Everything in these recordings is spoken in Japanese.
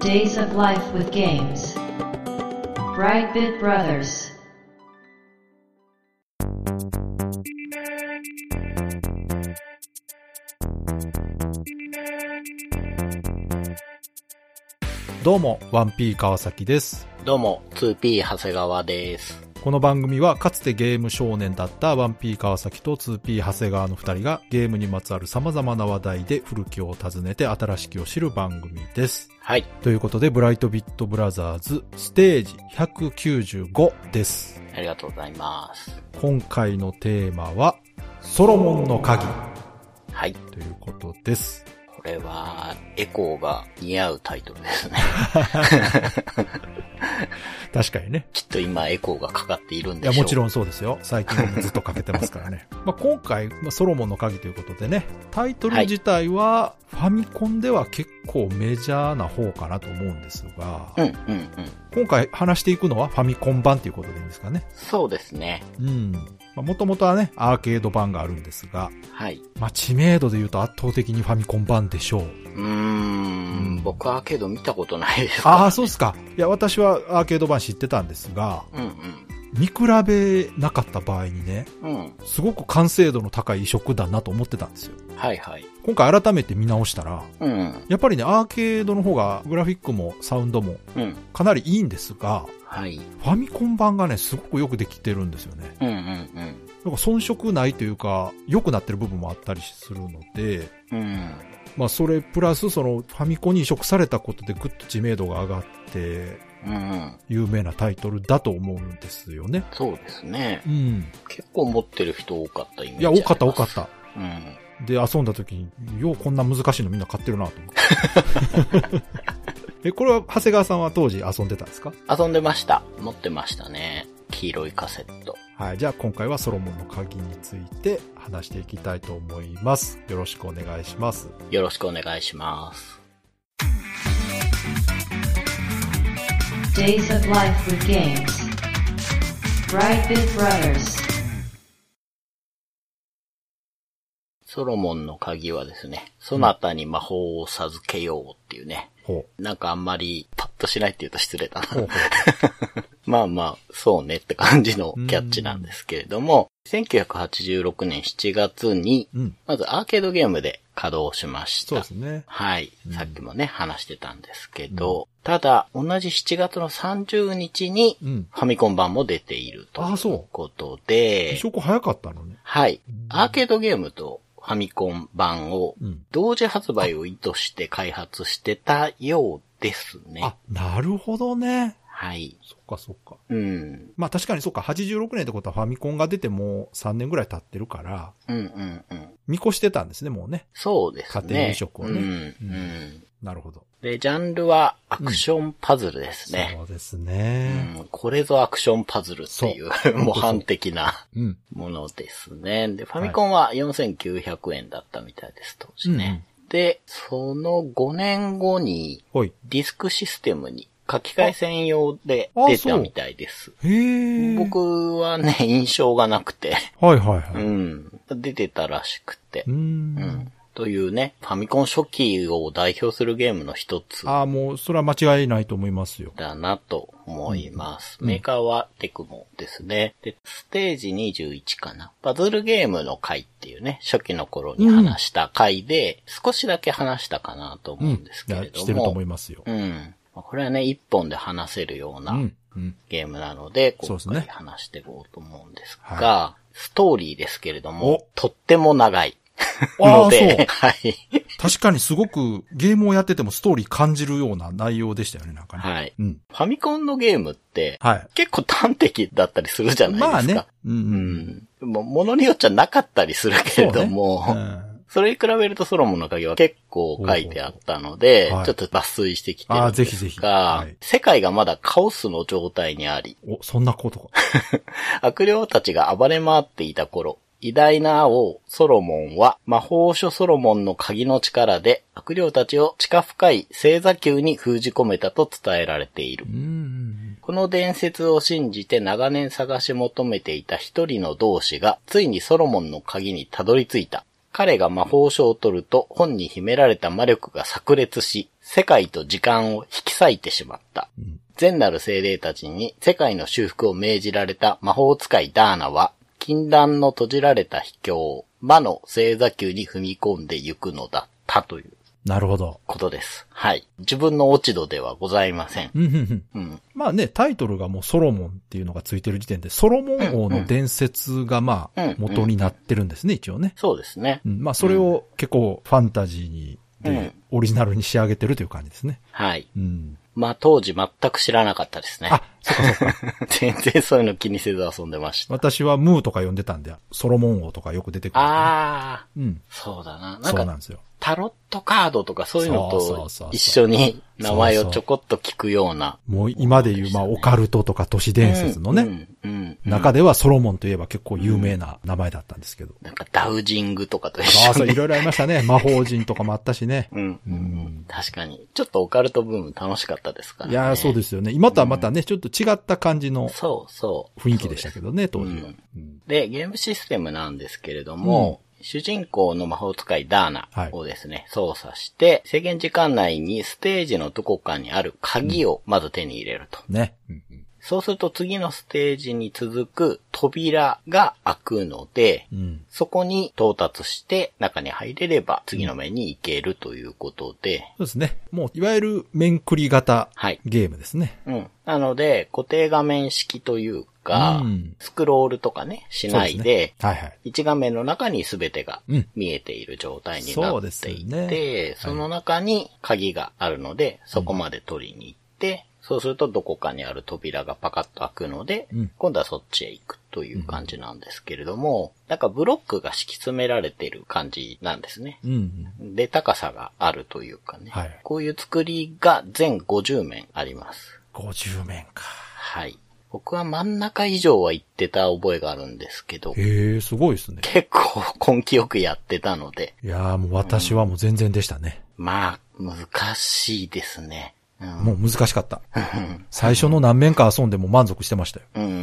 Days of Life with Games. Brightbit Brothers. どうも、1P 川崎です。どうも、2P 長谷川です。この番組はかつてゲーム少年だった 1P 川崎と 2P 長谷川の2人がゲームにまつわる様々な話題で古きを訪ねて新しきを知る番組です。はい。ということで、ブライトビットブラザーズステージ195です。ありがとうございます。今回のテーマは、ソロモンの鍵はい。ということです。これは、エコーが似合うタイトルですね。確かにね。きっと今エコーがかかっているんいでや、しょう。もちろんそうですよ。最近はずっとかけてますからね。 まあ今回、まあソロモンの鍵ということでね、タイトル自体は、ファミコンでは結構メジャーな方かなと思うんですが、うん、うん、うん。今回話していくのはファミコン版ということでいいんですかね。そうですね。うん。もともとはね、アーケード版があるんですが、はい。まあ知名度で言うと圧倒的にファミコン版でし ょう。うーん、僕はアーケード見たことないですからああ、そうっすか。いや、私はアーケード版知ってたんですが、うん、見比べなかった場合にね、うん。うん。すごく完成度の高い移植だなと思ってたんですよ。はい、はい。今回改めて見直したら、うん、やっぱりね、アーケードの方がグラフィックもサウンドもうん。かなりいいんですが、はい。ファミコン版がね、すごくよくできてるんですよね。うん、うん、なんか遜色ないというか、良くなってる部分もあったりするので、うん。うん。まあそれプラスそのファミコンに移植されたことでぐっと知名度が上がって、うん、うん。有名なタイトルだと思うんですよね。そうですねう。ん。結構持ってる人多かったイメーいジあや、り多ます。かった多かった。うん。で、遊んだ時に、ようこんな難しいのみんな買ってるなと思って。 え、これは長谷川さんは当時遊んでたんですか遊んでました。持ってましたね。黄色いカセット。はい。じゃあ今回はソロモンの鍵について話していきたいと思います。よろしくお願いします。よろしくお願いします。 Days of Life with Games. Brightbit Brothers. ソロモンの鍵はですね、そなたに魔法を授けようっていうね。ほなんかあんまりパッとしないって言うと失礼だなう。。 ほうほまあまあ、そうねって感じのキャッチなんですけれども、1986年7月に、う。うん。まずアーケードゲームで稼働しました。そうですね。はいうん。さっきもね、話してたんですけど、ただ、同じ7月の30日に、うん。ファミコン版も出ているとあそいううことで、移植早かったのね。はいうん。アーケードゲームとファミコン版をうん。同時発売を意図して開発してたようですねあ。、なるほどね。はい。そっかそっか。うん。まあ確かにそっか、86年ってことはファミコンが出てもう3年ぐらい経ってるから、うんうんうん。見越してたんですね、もうね。そうですね。家庭移植をねううん、うんん。なるほど。で、ジャンルはアクションパズルですね。そうですうね。ん、これぞアクションパズルっていうそう 模範的なうん。ものですね。で、ファミコンは4900円だったみたいです、当時ね。で、その5年後に、ほい。ディスクシステムに書き換え専用でああ出そたうみたいです。へえ。。僕はね、 印象がなくて、はいはいうはい。ん、出てたらしくてう、んうん。というね、ファミコン初期を代表するゲームの一つああ、もう、それは間違いないと思いますよ。だなと思います。うんメーカーはテクモですね。で、ステージ21かな。パズルゲームの回っていうね、初期の頃に話した回で、少しだけ話したかなと思うんですけいやれども。してると思いますよ。うん。まあこれはね、一本で話せるようう。なんうん。ゲームなので、そう今ですね回話していこうと思うんですが、はストーリーですけれどもお、とっても長いあのあ、そう で、。 はい。確かにすごくゲームをやっててもストーリー感じるような内容でしたよね、なんかね。はい。うん。ファミコンのゲームって、はい。結構端的だったりするじゃないですか。まあね。うんううん。ん。でも、ものによっちゃなかったりするけれども、そそうねうんれに比べるとソロモンの鍵は結構書いてあったので、はいちょっと抜粋してきてあるあんでぜひぜひすが、はい世界がまだカオスの状態にあり、お、そんなことか。悪霊たちが暴れ回っていた頃、偉大な王ソロモンは魔法書ソロモンの鍵の力で悪霊たちを地下深い星座球に封じ込めたと伝えられているう。ん。この伝説を信じて長年探し求めていた一人の同志が、ついにソロモンの鍵にたどり着いた。彼が魔法書を取ると本に秘められた魔力が炸裂し、世界と時間を引き裂いてしまった。善なる精霊たちに世界の修復を命じられた魔法使いダーナは、禁断の閉じられた秘境、魔の星座球に踏み込んでいくのだったというなるほど。ことです。はい。自分の落ち度ではございません。うんうんうんうん。まあね、タイトルがもうソロモンっていうのがついてる時点で、ソロモン王の伝説がまうんうあん、元になってるんですね、一応ね。そうですね。うんまあ、それを結構ファンタジーに、うんで、オリジナルに仕上げてるという感じですね。はい。うん。まあ当時全く知らなかったですね。あ、そっかそっか。 全然そういうの気にせず遊んでました。私はムーとか呼んでたんで、ソロモン王とかよく出てくるんでね、ああ、うん。そうだな。なんそうかなんですよ。タロットカードとかそういうのそうそうとそうそう一緒に名前をちょこっと聞くような。もう今で言う、まあ、オカルトとか都市伝説のね、うん。うん。うん中ではソロモンといえば結構有名な名前だったんですけど。なんかダウジングとかと一ああ、緒そう、いに。ろいろありましたね。魔法人とかもあったしね。 うん。うんうん確かに。ちょっとオカルトブーム楽しかったですから、ね。。いやーそうですすよね。今とはまたね、ちょっと違った感じのそうそう。雰囲気でしたけどね、当時はうん。うんで、ゲームシステムなんですけれども、主人公の魔法使いダーナをですね、操作して、制限時間内にステージのどこかにある鍵をまず手に入れると。ね。うんうんそうすると次のステージに続く扉が開くので、うん。そこに到達して中に入れれば次の面に行けるということで、そうですね。もう、いわゆる面くり型はい。ゲームですね。うん。なので、固定画面式というか、うんスクロールとかね、しそうないすで、ね。はいはい。一画面の中に全てがうん見えている状態になそうっでてすいねて、はいその中に鍵があるので、そこまで取りに行って、そうするとどこかにある扉がパカッと開くので、うん今度はそっちへ行くという感じなんですけれども、なんかブロックが敷き詰められている感じなんですね。うんうん。で、高さがあるというかね。はいこういう作りが全50面あります。 50面か。はい。僕は真ん中以上は行ってた覚えがあるんですけど、へえ、すごいですね。結構根気よくやってたので、いやーもう私はもう全然でしたね。まあ、難しいですね。うん。もう難しかった。最初の何面か遊んでも満足してましたよ。うんうんうん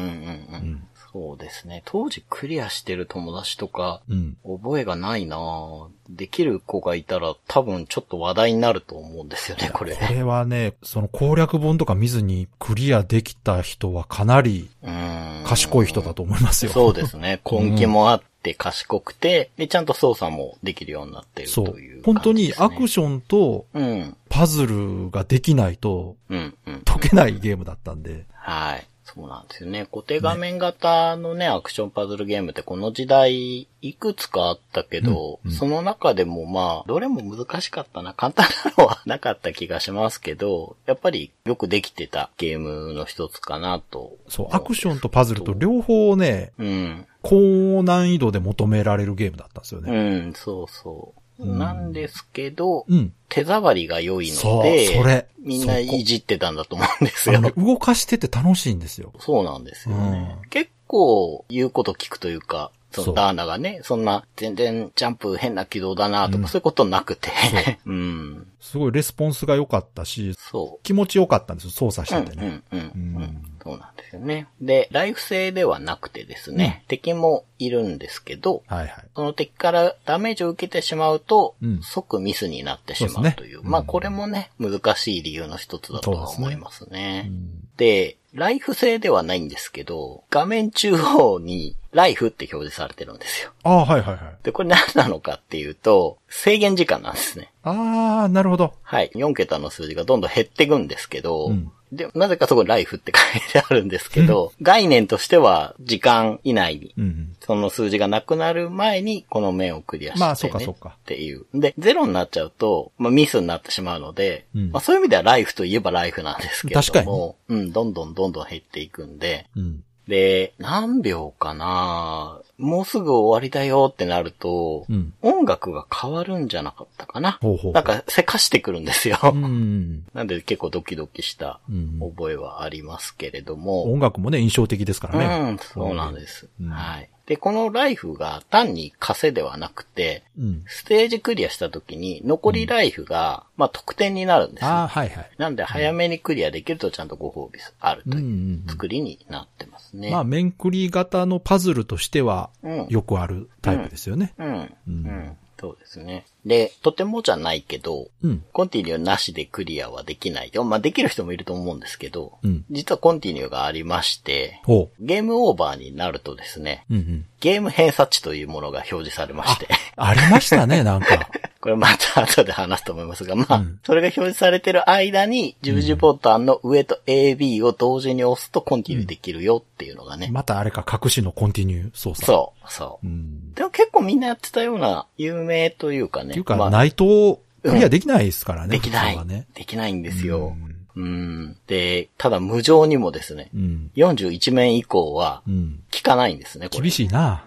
うん。そうですね。当時クリアしてる友達とか、うん。覚えがないなぁできる子がいたら多分ちょっと話題になると思うんですよね、これこ。れはね、その攻略本とか見ずにクリアできた人はかなりうん。賢い人だと思いますよ。そうですね。根気もあって賢くて、で、ちゃんと操作もできるようになっているそうという本当感じにですね、アクションとうん。パズルができないとうん、うん。解けないゲームだったんで。はい。そうなんですよね。固定画面型のね、アクションパズルゲームってこの時代いくつかあったけど、うんうんその中でもまあ、どれも難しかったな。簡単なのはなかった気がしますけど、やっぱりよくできてたゲームの一つかなと。そう、アクションとパズルと両方ね、うん。高難易度で求められるゲームだったんですよね。うん、そうそう。うんなんですけど、うん。手触りが良いそのうで、それみんないじってたんだと思うんですあよのね。動かしてて楽しいんですよ。そうなんですよね。うん結構言うこと聞くというか、そそのうダーナがね、そんな全然ジャンプ変な軌道だなとか、そういうことなくて。 うん。すごいレスポンスが良かったし、そ気持ち良かったんですよ、操作しう。うんててね。うんうんううんん。そうなんですよね。で、ライフ制ではなくてですね、敵もいるんですけど、はいはい。その敵からダメージを受けてしまうと、うん即ミスになってしまそううですねという。うんまあこれもね、難しい理由の一つだとは思いますねう。んで、ライフ制ではないんですけど、画面中央にライフって表示されてるんですよ。ああ、はいはいはい。で、これ何なのかっていうと、制限時間なんですね。ああ、なるほど。はい。4桁の数字がどんどん減っていくんですけど、うんで、なぜかそこにライフって書いてあるんですけど、概念としては時間以内に、うん。その数字がなくなる前にこの面をクリアして、ね、まあそうかそうかっていう。で、ゼロになっちゃうと、まあミスになってしまうので、うんまあそういう意味ではライフといえばライフなんですけれども、うん、どんどんどんどん減っていくんで、うん。で、何秒かなもうすぐ終わりだよってなると、うん。音楽が変わるんじゃなかったかな。ほうほう。なんか、せかしてくるんですよ。うん。 なんで結構ドキドキしたうん覚えはありますけれども。音楽もね、印象的ですからね。うん、そうなんです。うんはい。で、このライフが単に稼ではなくて、うん。ステージクリアした時に残りライフが、まあ得点になるんですねああ、はいはい。なんで早めにクリアできるとちゃんとご褒美あるとうんういうん作りになってますうね。ん。まあ、面くり型のパズルとしてはうん、よくあるタイプですよね。うん。ううんん。そうですね。で、とてもじゃないけど、うん。コンティニューなしでクリアはできないよ。まあ、できる人もいると思うんですけど、うん。実はコンティニューがありまして、ほゲームオーバーになるとですね、う。うんうん。ゲーム偏差値というものが表示されまして、ありましたね、なんか。 これまた後で話すと思いますが、まあ、うんそれが表示されてる間に、十字ボタンの上と AB を同時に押すとコンティニューできるよっていうのがね。またあれか、隠しのコンティニュー操作。そう、そうう。ん。でも結構みんなやってたような、有名というかね。っていうか、まあ内藤、クリアできないですからね。できな、普通はいね。できないんですうよ。んうんで、ただ無情にもですね、うん。 41面以降はうん。効かないんですね、これ厳しいな。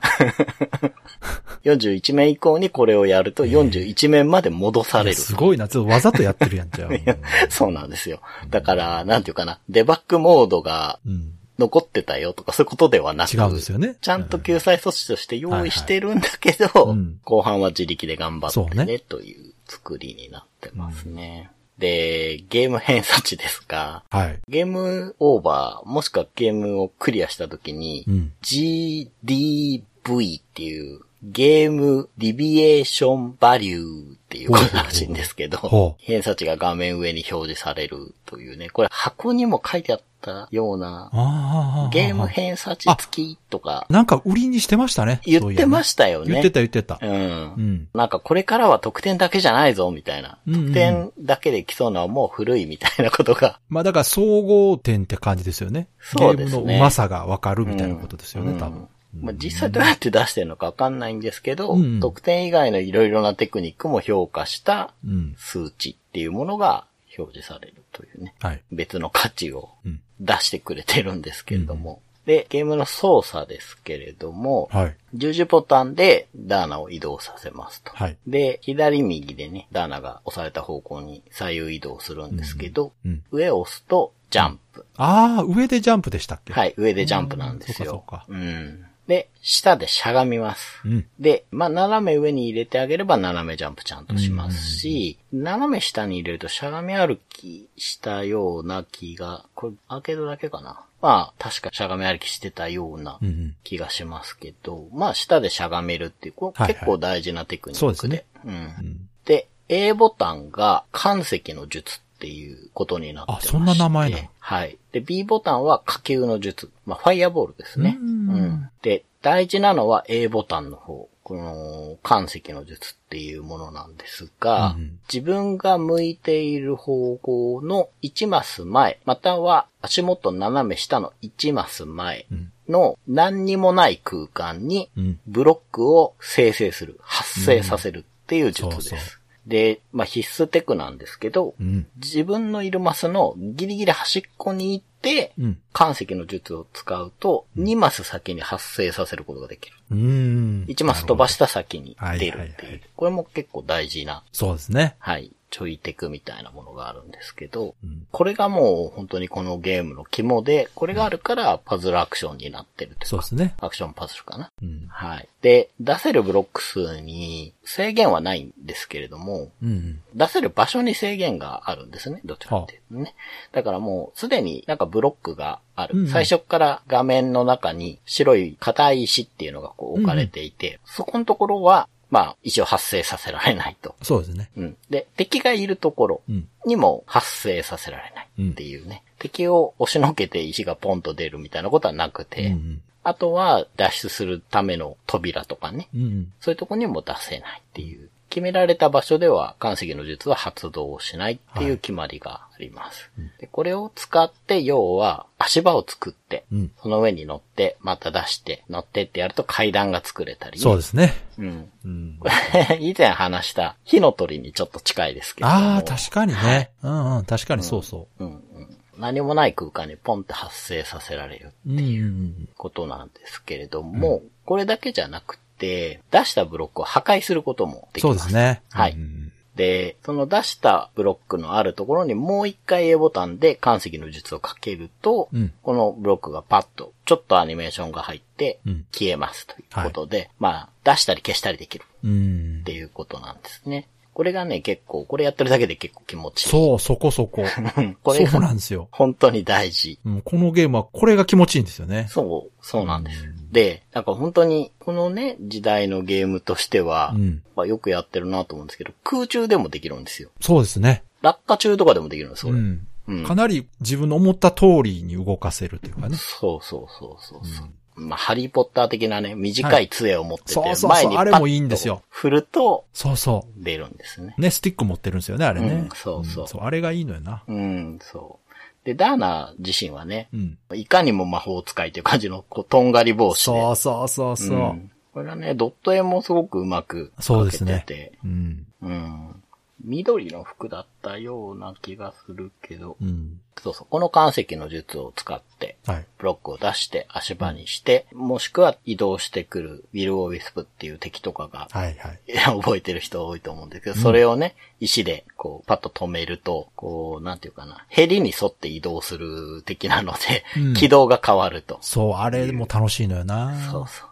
41面以降にこれをやると41面まで戻される。すごいな。ちょっとわざとやってるやん、じ ゃあ。そうなんですよ。だから、なんていうかな、デバッグモードがうん。残ってたよとかそういうことではなく、違うんですよね。ちゃんとう救済措置として用意してるんだけいはどいうん、後半は自力で頑張ってそうね、ねという作りになってますね。で、ゲーム偏差値ですが、はい。ゲームオーバー、もしくはゲームをクリアした時にう、ん。 GDV っていう、ゲームディビエーションバリューっていうことらしいんですけほうほうほうど、偏差値が画面上に表示されるというね、これ箱にも書いてあったような、ああ。ゲーム偏差値付きとかなんか売りにしてましたね。言ってまししたよね。言ってた言ってた。うんう。ん。なんかこれからは得点だけじゃないぞ、みたいな。うんうん得点だけで来そうなのはもう古いみたいなことが。まあだから総合点って感じですよね。そうですねゲームの上手さがわかるみたいなことですよね、うん多分。まあ、実際どうやって出してるのかわかんないんですけど、うん得点以外のいろいろなテクニックも評価したうん。数値っていうものが表示されるというね。はい。別の価値をうん。出してくれてるんですけれども。で、ゲームの操作ですけれども、はい。十字ボタンでダーナを移動させますと。はい。で、左右でね、ダーナが押された方向に左右移動するんですけど、うん。上を押すとジャンプ。ああ、上でジャンプでしたっけ。はいい、上でジャンプなんですうんそよう。かそうん。で、下でしゃがみます。うん。で、まあ、斜め上に入れてあげれば斜めジャンプちゃんとしますし、斜め下に入れるとしゃがみ歩きしたような気が、これアーケードだけかな。まあ、確かしゃがみ歩きしてたようなうんうん。気がしますけど、まあ、下でしゃがめるっていう、これはいはい結構大事なテクニックで。そうですね。うんう。ん。で、A ボタンが関石の術っていうことになってましてあそんな名前なのはい。で、B ボタンは火球の術。まあ、ファイアボールですね。うんで、大事なのは A ボタンの方。この、関石の術っていうものなんですが、うん自分が向いている方向の1マス前、または足元斜め下の1マス前うんの何にもない空間にうん。ブロックを生成する、発生させるっていう術です。うんそうそで、まあ、必須テクなんですけど、うん。自分のいるマスのギリギリ端っこに行って、うん。関石の術を使うと、2マス先に発生させることができる。うん。 1マス飛ばした先に出はいるっはていいはうい。これも結構大事な、そうですね。はい、ちょいテクみたいなものがあるんですけど、うんこれがもう本当にこのゲームの肝で、これがあるからパズルアクションになってるというそうか、ですね。アクションパズルかな。うん。はい。で、出せるブロック数に制限はないんですけれども、うんうん。出せる場所に制限があるんですね。どちらかっていうとね。だからもうすでになんかブロックがある。うんうん最初から画面の中に白い硬い石っていうのがこう置かれていて、そこのところは、まあ、石を発生させられないと。そうですね。うん。で、敵がいるところうん。にも発生させられないっていうね。敵を押しのけて石がポンと出るみたいなことはなくうんて、あとは脱出するための扉とかね。うん。うんそういうとこにも出せないっていう。決められた場所では、関石の術は発動しないっていう決まりがあります。でこれを使って、要は足場を作って、うん。うん。その上に乗って、また出して、乗ってってやると階段が作れたり。そうですね。うん。 うん。これ、以前話した火の鳥にちょっと近いですけれども。ああ、確かにね。うんうん。確かにそうそうんうん。何もない空間にポンって発生させられるう。うんうん。ことなんですけれども、これだけじゃなくて、出したブロックを破壊することもできそうま。ですすね。はいうんで、その出したブロックのあるところにもう一回 A ボタンで関石の術をかけると、うんこのブロックがパッと、ちょっとアニメーションが入ってうん、消えますということで、まあ、出したり消したりできるうん。うんっていうことなんですね。これがね、結構、これやってるだけで結構気持ちいい。そう、そこそこ。うん これそうがなんですよ、本当に大事。うん。このゲームはこれが気持ちいいんですよね。そう、そうなんです。で、なんか本当に、このね、時代のゲームとしては、うん。まあ、よくやってるなと思うんですけど、空中でもできるんですよ。そうですね。落下中とかでもできるんです、こうれ。ん。うんかなり自分の思った通りに動かせるというかね。そうそうそうそうそう。まあ、ハリーポッター的なね、短い杖を持ってて、はいそうそうそう前にパあれッもいいんですとよ振るとそうそ出るんですね。う。ね、スティック持ってるんですよね、あれね。うんそうそうんそう、あれがいいのよな。うん、そう。で、ダーナ自身はねう、ん。いかにも魔法使いという感じの、こう、とんがり帽子で。そうそうそうそうう。んこれはね、ドット絵もすごくうまくそう描でけすてねて、うん。うん。緑の服だったような気がするけど、うん。そうそう、この関石の術を使って、はい。ブロックを出して足場にして、もしくは移動してくるウィル・オーウィスプっていう敵とかが、 はいはい。いや覚えてる人多いと思うんですけど、それをね、石で、こう、パッと止めると、こう、なんていうかな、ヘリに沿って移動する的なので、うん軌道が変わると。そう、あれも楽しいのよな。そうそうそう。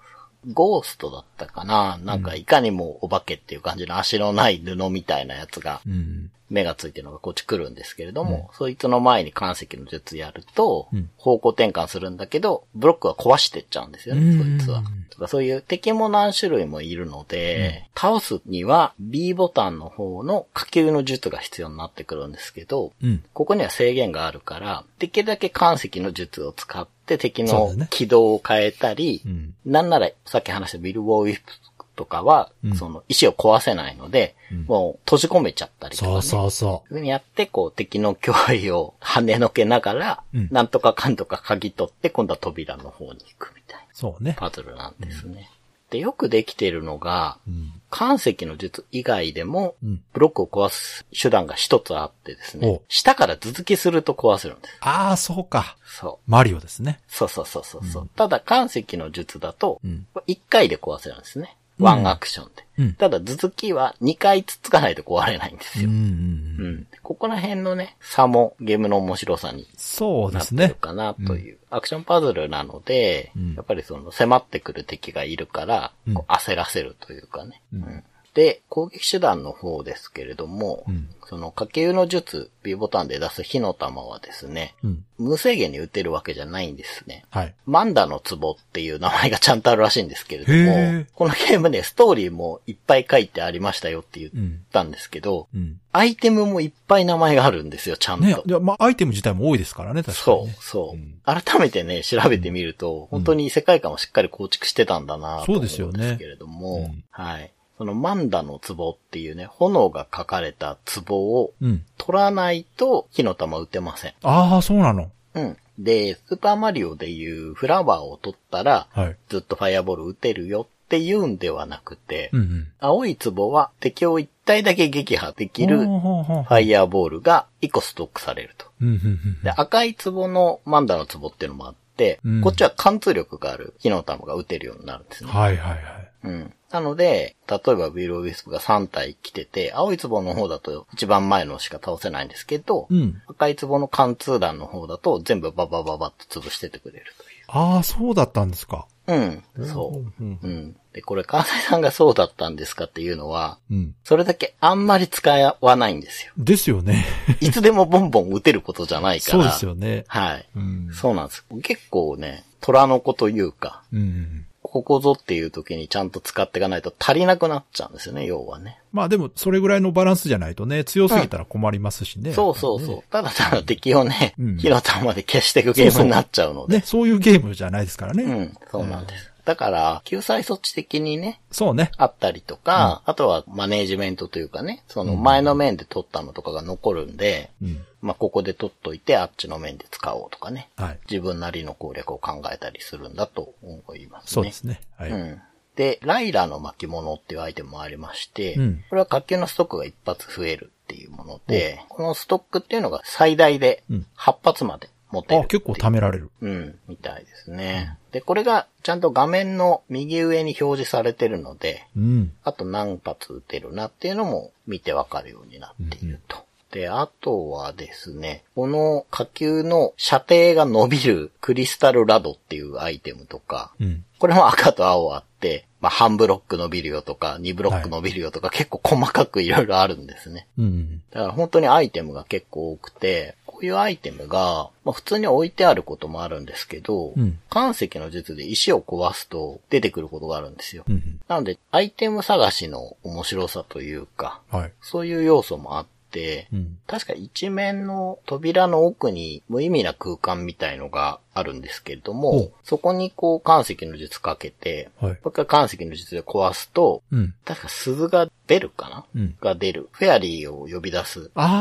ゴーストだったかななんかいかにもお化けっていう感じの足のない布みたいなやつがうん。目がついてるのがこっち来るんですけれども、そいつの前に関石の術やると、うん方向転換するんだけど、ブロックは壊してっちゃうんですようね、んそいつは。とかそういう敵も何種類もいるので、倒すには B ボタンの方の下級の術が必要になってくるんですけど、うん。ここには制限があるから、できるだけ関石の術を使って敵そうのだね軌道を変えたり、うん。なんなら、さっき話したビル・ウォー・ウィップとかは、うんその石を壊せないので、うんもう閉じ込めちゃったりとか、ね。そうそうそふうにやって、こう、敵の脅威を跳ねのけながら、うんなんとかかんとか鍵取って、今度は扉の方に行くみたいう。なそうね。パズルなんですね。で、よくできているのが、うん。関石の術以外でも、うん。ブロックを壊す手段が一つあってですねお、下から続きすると壊せるんです。ああ、そうか。そう。マリオですね。そうそうそうそうそう。ただ、関石の術だとう、ん。 1回で壊せるんですね。うんワンアクションで。うん。ただ、続きは2回つつかないと壊れないんでうすんうよ。んううん。ん。ここら辺のね、差もゲームの面白さにそうでなってするね。かなという。アクションパズルなので、うんやっぱりその迫ってくる敵がいるから、うんこう焦らせるというかね、うんうんで、攻撃手段の方ですけれども、うんその下級の術、B ボタンで出す火の玉はですね、うん。無制限に打てるわけじゃないんですね。はい。マンダの壺っていう名前がちゃんとあるらしいんですけれどへもー、このゲームね、ストーリーもいっぱい書いてありましたよって言っうん。たんですけど、うん。アイテムもいっぱい名前があるんですよ、ちゃんと。ね、いやまあ、アイテム自体も多いですからね、確かにそね。う、そう、ん改めてね、調べてみると、本当に世界観をしっかり構築してたんだなとそう思うんでですよすねけれども、うんはい。そのマンダの壺っていうね、炎が書かれた壺をうん。取らないと火の玉打てません。ああ、そうなの。うん。で、スーパーマリオでいうフラワーを取ったら、はい。ずっとファイアボール打てるよっていうんではなくて、うんうん。青い壺は敵を一体だけ撃破できるフほうほうほうァイアボールが一個ストックされると。うんうんで、赤い壺のマンダの壺っていうのもあって、うんこっちは貫通力がある火の玉が打てるようになるんですうん。ね。はいはいはい。うん。なので、例えばビール・ウィスプが3体来てて、青い壺の方だと一番前のしか倒せないんですけど、うん。赤い壺の貫通弾の方だと全部ババババッと潰してってくれるああ、そうだったんですか。という。うん、そう。う。うん。うん。で、これ、川西さんがそうだったんですかっていうのは、うん。それだけあんまり使わないんですよ。ですよね。いつでもボンボン打てることじゃない かそうら。ですよね。はい。うん。そうなんです。結構ね、虎の子というか、うんうん。ここぞっていう時にちゃんと使っていかないと足りなくなっちゃうんですよね、要はね。まあでも、それぐらいのバランスじゃないとね、強すぎたら困りますしね。そうそうそう。ただただ敵をねうん、火の玉で消していくゲームになっちゃうので。ね、そういうゲームじゃないですからね。うん、そうなんです。だから、救済措置的にね、そうね。あったりとか、あとはマネージメントというかね、その前の面で取ったのとかが残るんで、うん。まあ、ここで取っといてあっちの面で使おうとかね。はい。自分なりの攻略を考えたりするんだと思いますね。そうですね。はい。うん。で、ライラの巻物っていうアイテムもありまして、うんこれは活球のストックが一発増えるっていうもので、このストックっていうのが最大でうん8発まで持てるあ、ってい結う。構貯められる。うん、みたいですね。で、これがちゃんと画面の右上に表示されてるので、うん。あと何発打てるなっていうのも見てわかるようになっていると。で、あとはですね、この火球の射程が伸びるクリスタルラドっていうアイテムとか、うん。これも赤と青あって、まあ、半ブロック伸びるよとか、2ブロック伸びるよとか、結構細かくいろいろあるんですね。うん。だから本当にアイテムが結構多くて、こういうアイテムが、まあ普通に置いてあることもあるんですけど、うん岩石の術で石を壊すと出てくることがあるんですよ。うん。なので、アイテム探しの面白さというか、はい。そういう要素もあって、うん。確か一面の扉の奥に無意味な空間みたいのがあるんですけれどほもう、そこにこう岩石の術かけて、はい。もう一回岩石の術で壊すと、うん。確か鈴が出るかな、うんが出る。フェアリーを呼び出す。ああ、や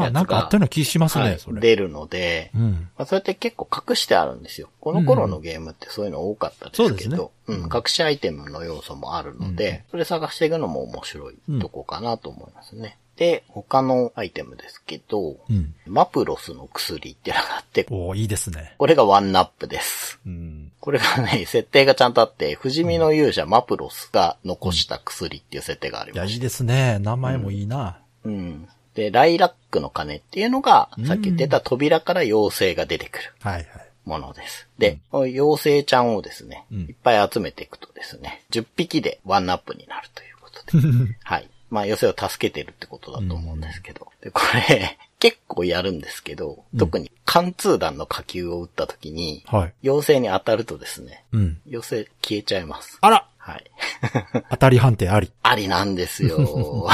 つがなんかあったような気しますね、はいそれ。出るので、うん。まあ、そうやって結構隠してあるんですよ。この頃のゲームってそういうの多かったですけど、そううですねん、隠しアイテムの要素もあるので、それ探していくのも面白いとこかなと思いますね。で、他のアイテムですけど、うん。マプロスの薬ってのがあって、おーいいですね。これがワンナップです。うん。これがね、設定がちゃんとあって、不死身の勇者マプロスが残した薬っていう設定がありいや、まいすい。ですね。名前もいいな。うん。で、ライラックの鐘っていうのが、さっき言ってた扉から妖精が出てくる。はいはい。ものです。で、この妖精ちゃんをですね、うんいっぱい集めていくとですね、10匹でワンナップになるということで、はい。まあ、妖精を助けてるってことだと思うんですけど、で、これ、 結構やるんですけど、特に貫通弾の火球を打った時に、 はい。妖精に当たるとですね、うん。妖精消えちゃいます。あらはい。当たり判定あり。ありなんです よ。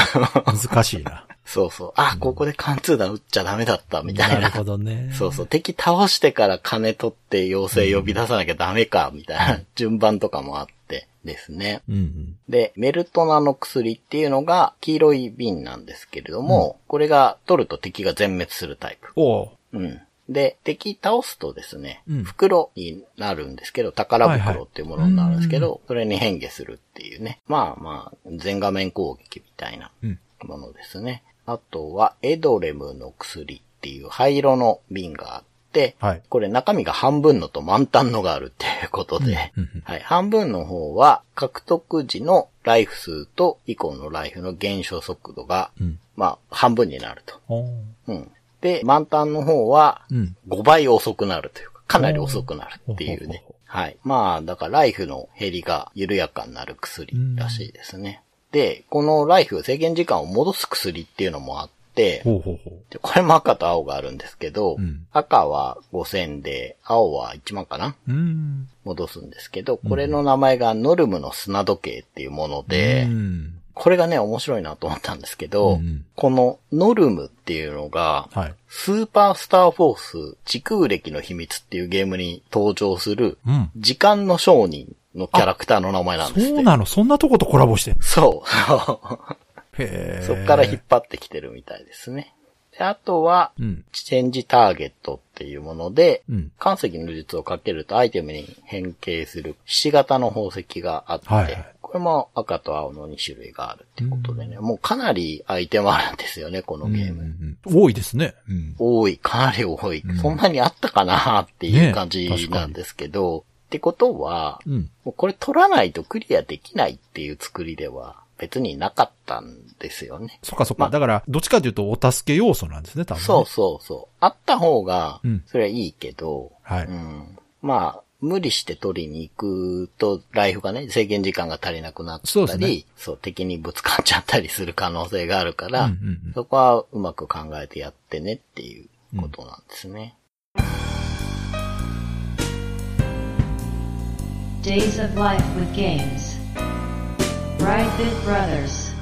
難しいな。そうそう。あ、ここで貫通弾打っちゃダメだった、み たいなるな。ほどね。そうそう。敵倒してから金取って妖精呼び出さなきゃダメか、みたいな順番とかもあってですね。うんうん。で、メルトナの薬っていうのが黄色い瓶なんですけれども、これが取ると敵が全滅するタイプ。おーうん。で、敵倒すとですね、うん袋になるんですけど、宝袋っていうものになるんですけど、それに変化するっていうね。まあまあ、全画面攻撃みたいなうん。ものですね。あとは、エドレムの薬っていう灰色の瓶があって、はいこれ中身が半分のと満タンのがあるっていうことで、うんうんうんはい、半分の方は獲得時のライフ数と以降のライフの減少速度が、うん。まあ、半分になると。おーうん。で、満タンの方はうん。 5倍遅くなるというか、かなり遅くなるっていうねほうほうほう。はい。まあ、だからライフの減りが緩やかになる薬らしいですね。で、このライフ制限時間を戻す薬っていうのもあって、ほうほうほでこれも赤と青があるんですけど、うん赤は5000で、青は1万かなう。うん。戻すんですけど、これの名前がノルムの砂時計っていうもので、うん。これがね、面白いなと思ったんですけど、うんこのノルムっていうのが、はい。スーパースターフォース時空歴の秘密っていうゲームに登場するうん。時間の商人のキャラクターの名前なんですって。そうなのそんなとことコラボしてんのそう。そへえ。う そっから引っ張ってきてるみたいですね。であとは、うん。チェンジターゲットっていうもので、うん。岩石の術をかけるとアイテムに変形するひし形の宝石があって、はいはいこれも赤と青の2種類があるってことでね、もうかなりアイテムあるんですよね、このゲーム。うんうん多いですね。うん。多い、かなり多い。そんなにあったかなっていねう感じなんですけど、ってことは、うん。もうこれ取らないとクリアできないっていう作りでは別になかったんですよね。そっかそっまか。だから、どっちかというとお助け要素なんですね、多分ね。そうそうそう。あった方がうん、それはいいけど、はいうんまあ、無理して取りに行くと、ライフがね、制限時間が足りなくなったり、そそうう,、ですね敵にぶつかっちゃったりする可能性があるから、うんうんうんそこはうまく考えてやってねっていうことなんですね。 Days of Life with Games. Brightbit Brothers.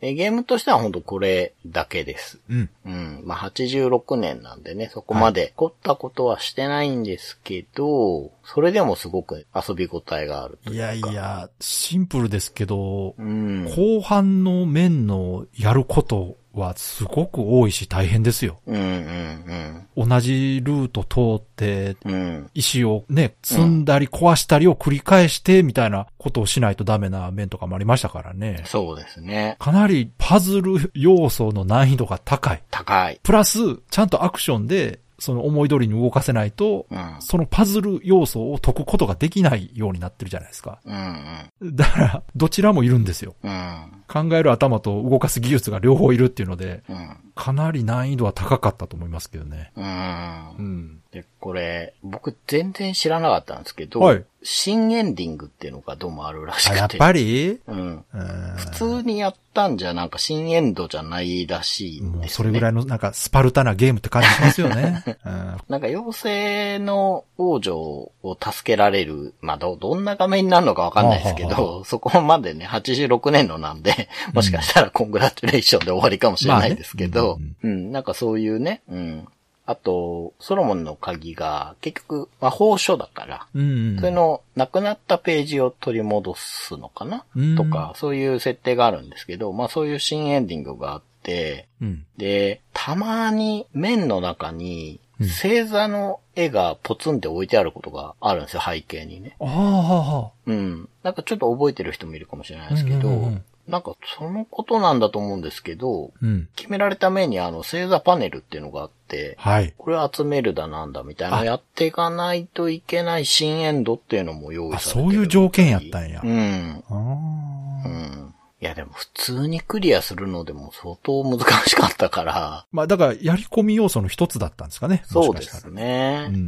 でゲームとしては本当これだけです。うん。うん。まあ、86年なんでね、そこまで凝ったことはしてないんですけど、それでもすごく遊び応えがあるといいうか。やいや、シンプルですけどう、ん。後半の面のやることはすごく多いし大変ですよ。うんうん同じルート通って、うん。うん。石をね、積んだり壊したりを繰り返して、みたいなことをしないとダメな面とかもありましたからね。そうですね。かなりパズル要素の難易度が高い。高い。プラス、ちゃんとアクションで、その思い通りに動かせないとう、ん。そのパズル要素を解くことができないようになってるじゃないですか。うんだから、どちらもいるんですよ。うん。うん。考える頭と動かす技術が両方いるっていうので、うん。かなり難易度は高かったと思いますけどね。うー。うんん。で、これ、僕全然知らなかったんですけど、はい新エンディングっていうのがどうもあるらしくあ、て。やっぱりうん。うん普通にやったんじゃなんか新エンドじゃないらしいんです、ね。もうそれぐらいのなんかスパルタなゲームって感じしますよ ね。うんなんか妖精の王女を助けられる、まあど、どんな画面になるのかわかんないですけはあはど、そこまでね、86年のなんで、もしかしたらコングラチュレーションで終わりかもしれないですけど、まうん、なんかそういうね、うん。あと、ソロモンの鍵が、結局、魔法書だから、うん。それの、なくなったページを取り戻すのかな、うんとか、そういう設定があるんですけど、まあそういう新エンディングがあって、うん。で、たまに面の中にうん星座の絵がポツンって置いてあることがあるんですよ、背景にね。ああ、はうん。なんかちょっと覚えてる人もいるかもしれないですけど、うんうんうんうんなんかそのことなんだと思うんですけど、あ。うん。決められた面にあの星座パネルっていうのがあって、はい。これを集めるだなんだみたいなあやっていかないといけない新エンドっていうのも用意さあ、れてる。そういう条件やったんや。うん。あうーん。いやでも普通にクリアするのでも相当難しかったから、まあだから、やり込み要素の一つだったんですかね。もそしうかでしたらす。ね。ううん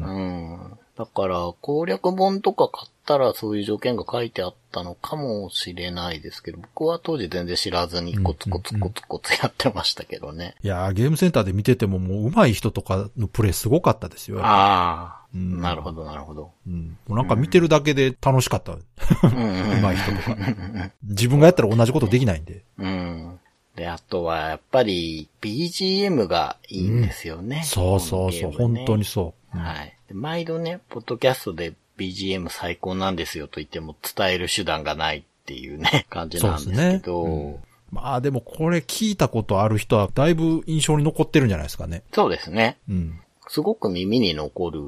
ん。だから、攻略本とか買ったらそういう条件が書いてあったのかもしれないですけど、僕は当時全然知らずにコツコツコツコツやってましたけどね。いやーゲームセンターで見ててももう上手い人とかのプレイすごかったですよ。ああ、うんなるほど、なるほど。うん。もうなんか見てるだけで楽しかった。うんうん上手い人とか。自分がやったら同じことできないんで。うん。で、あとは、やっぱり、BGM がいいんですよ ね。そうそうそう、このゲーム本ね当にそう。はい。で毎度ね、ポッドキャストで BGM 最高なんですよと言っても伝える手段がないっていうね、 感じなんですけど、そうそう,、ですねまあでもこれ聞いたことある人はだいぶ印象に残ってるんじゃないですかね。ですね。うん。すごく耳に残る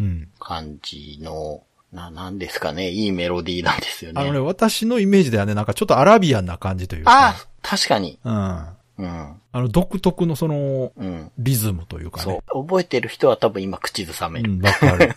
うん。感じの、な、なんですかね、いいメロディーなんですよね。あのね、私のイメージではね、なんかちょっとアラビアンな感じというか。ああ確かに。うん。あうん。の、独特のその、うん。リズムというかね。そう。覚えてる人は多分今口ずさめうる。ん、わか る。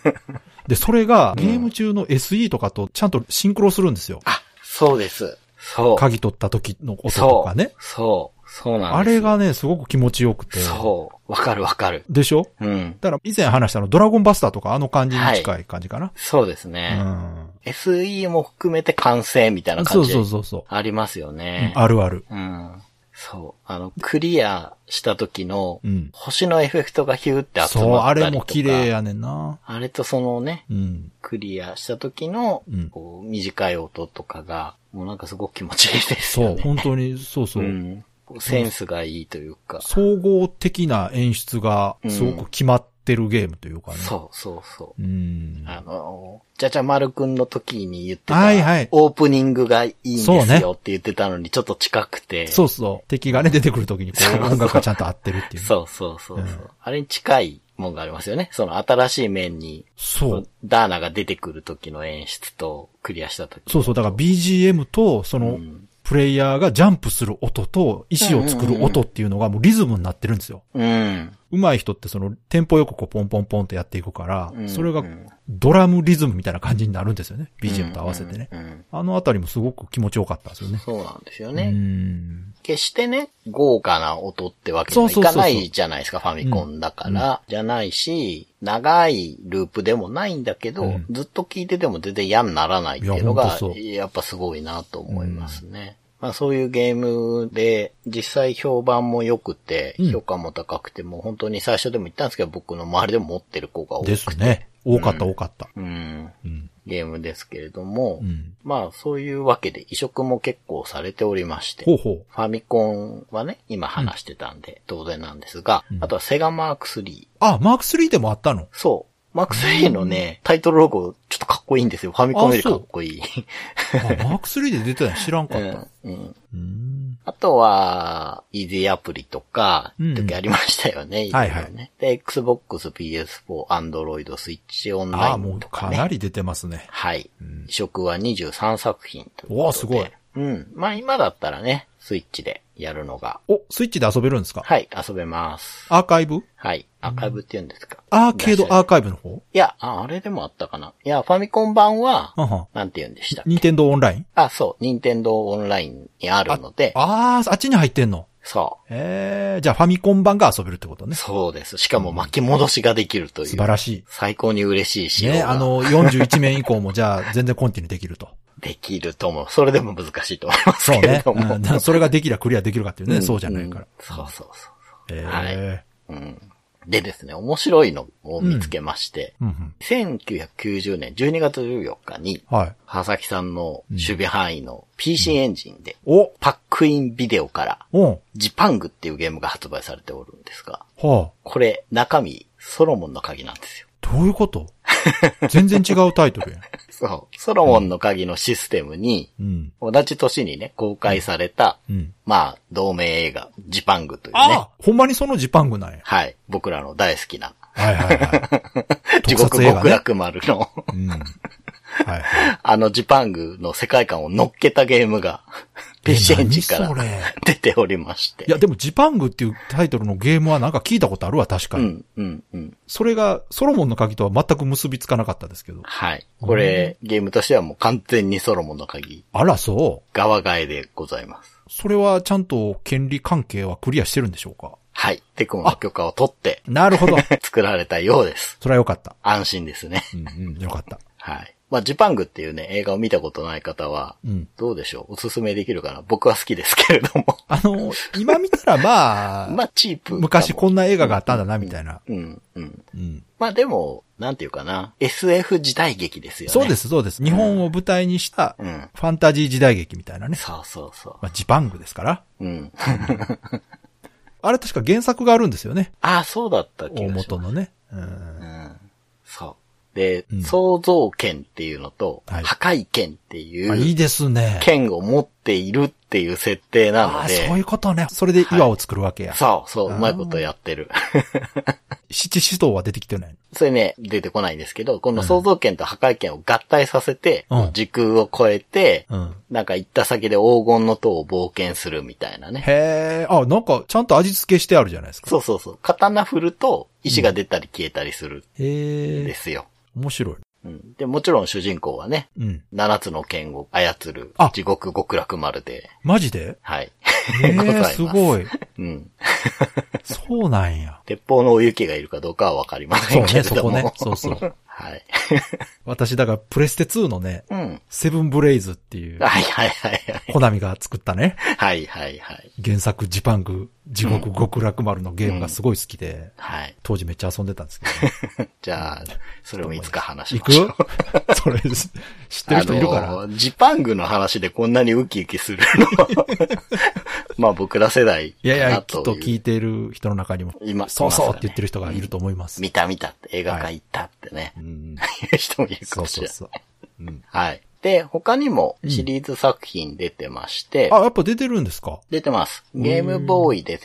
で、それが、ゲーム中の SE とかとちゃんとシンクロするんですよ。あ、そうです。そう。鍵取った時の音とかね。そう。そうなあんでれす。がね、すごく気持ちよくて。そう。わかるわかる。でしょうん。だから以前話したあの、ドラゴンバスターとかあの感じに近い感じかな。そうですね。うん。 SE も含めて完成みたいなそ感うじそうそうそう。ありますよね。あるある。うん。そう。あの、クリアした時のうん。星のエフェクトがヒューって集そう、まあったりとか。れも綺麗。やねんな。あれとそのね、うん。クリアした時のうん、こう、短い音とかが、もうなんかすごく気持ちいいですそよう、ね。本当に、そうそう。ん。センスがいいというか。総合的な演出がすごく決まってるゲームというかね。そうそうそうう。ん。あの、じゃじゃ丸くんの時に言ってた、はいはいオープニングがいいんですそうねよって言ってたのにちょっと近くて。そうそう。敵がね、出てくるときにこそううそう音楽がちゃんと合ってるっていうね。そうそうそうそう、うんあれに近いもんがありますよね。その新しい面に、そう。ダーナが出てくる時の演出と、クリアした時。そうそう。だから BGM と、その、んプレイヤーがジャンプする音と、石を作る音っていうのがもうリズムになってるんですよ。うん。上手い人ってその、テンポよくこう、ポンポンポンってやっていくから、うんそれがうんドラムリズムみたいな感じになるんですよね。BGM と合わせてね。うんうんあのあたりもすごく気持ちよかったんですよね。そうなんですようね、ん。決してね、豪華な音ってわけにはいそうそうかそうなそういじゃないですか、ファミコンだから。じゃないし、長いループでもないんだけど、うんずっと聞いてても全然嫌にならないっていうのいやがほんとそ、うやっぱすごいなと思いますね。まあそういうゲームで、実際評判も良くてうん、評価も高くて、もう本当に最初でも言ったんですけど、僕の周りでも持ってる子が多くて。ですね。多かった多かった。うん、うん。ゲームですけれども、うん。まあそういうわけで移植も結構されておりまして。ほうほう。ファミコンはね、今話してたんで、当然なんですが、うんあとはセガマーク3。あ、マーク3でもあったのそう。マーク3のね、タイトルロゴ、ちょっとかっこいいんですよ。ファミコンよりかっこいい。 あ、マーク3で出てたの知らんかうったん。うんうん。あとは、イージーアプリとか、うん時ありましたよね。はいはいろろね。で、Xbox、PS4、Android、Switch オンあラあ、イもンうとかかね。なり出てますね。はい。ん移植は23作品ということで。おーすごい。うん。まあ今だったらね、スイッチでやるのが、お、スイッチで遊べるんですかはい、遊べます。アーカイブはい。アーカイブって言うんですか。アーケーいドらっしゃるアーカイブの方いや、ああれでもあったかな。いや、ファミコン版は、はんはん。なんて言うんでしたっけニンテンドーオンラインあ、そう、ニンテンドーオンラインにあるので、ああ、あっちに入ってんの。そえー、じゃあファミコン版が遊べるってことう。ね。素そうです。しかも巻き戻しができるという。晴らし最高に嬉しいい。仕様ね、があの、41面以降もじゃあ全然コンティニューできると。できると思う。それでも難しいと思いますそうけれね。ども。うんそれができりゃクリアできるかっていうね、んそうじゃないから。うんそうそうそえーはう。うん。でですね、面白いのを見つけまして、うんうん。 1990年12月14日に、はい。川崎さんの守備範囲の PC エンジンで、おパックインビデオから、うん。ジパングっていうゲームが発売されておるんですが、はあ。これ、中身、ソロモンの鍵なんですよ。どういうこと 全然違うタイトルやん。そう。ソロモンの鍵のシステムに、うん。同じ年にね、公開された、うん。まあ、同名映画、ジパングというあ、ね。ほんまにそのジパングなんや。はい。僕らの大好 きな、はいはい はい。地特獄撮映画極ね。楽丸の、うん。はいはい。 あのジパングの世界観を乗っけたゲームが、PC エンジン かえ何そられ出ておりまして。いや、でもジパングっていうタイトルのゲームはなんか聞いたことあるわ、確かうに。ん、うん、うん。それが、ソロモンの鍵とは全く結びつかなかったですけど。はい。これ、ゲームとしてはもう完全にソロモンの鍵、あら、そう。側替えでございます。それはちゃんと権利関係はクリアしてるんでしょうかはい。テクモの許可を取ってなるほど。 作られたようです。それはよかった。安心ですね。うんうん。よかった。はい。まあ、ジパングっていうね、映画を見たことない方は、うん。どうでしょうおすすめできるかな僕は好きですけれども。あの、今見たらまあ、 まあ、チープ。昔こんな映画があったんだな、うんみたいな。うん、うん。うん。まあでも、なんていうかな。SF 時代劇ですよね。。そうですす、そうです。日本を舞台にした、うフん。ァンタジー時代劇みたいなね。そうそうそまあ、ジパングですから。う。うん。 あれ確か原作があるんですよね。ああ、そうだった気大がします。元のね。うん。うん。そう。で、うん創造権っていうのと、はい破壊権ってい、あいいうですね。権を持っているっていう設定なあのあ、で、そういうことね。それで岩を作るわけや。そうそう、あーうまいことやってる。 七子刀は出てきてない。それね、出てこないんですけど、この創造権と破壊権を合体させて、うん時空を超えて、うん。なんか行った先で黄金の塔を冒険するみたいなね。へえ、あ、なんかちゃんと味付けしてあるじゃないですか。そうそうそう。刀振ると、石が出たり消えたりするんへでえ、すよ。面白い。うん。で、もちろん主人公はね、うん。七つの剣を操るあ、地獄極楽丸で、マジではい。え ございえ、ますすごい。うん。 そうなんや。鉄砲のお雪がいるかどうかはわかりませそうんけね、れそども。こね。そうそう。 はい。私、だから、プレステ2のね、うん。セブンブレイズっていう、はいはいはいはい。コナミが作った ね、はいはいはい。原作ジパング、地獄極楽丸のゲームがすごい好きで、はい。当時めっちゃ遊んでたんですけど、じゃあ、それもいつか話し行ましょう。くそれ、知ってる人いるかあら。のジパングの話でこんなにウキウキするの はまあ僕ら世代いやいかや、なきっとという聞いている人の中にも、今そうそうって言いっますてる人がいると思います。見た見たって映画館行ったってね、うん。 いう人もいるかそうもしそうれない。そう。うん。はい。で、他にもシリーズ作品出てまして、あ、やっぱ出てるんですか出てます。ゲームボーイで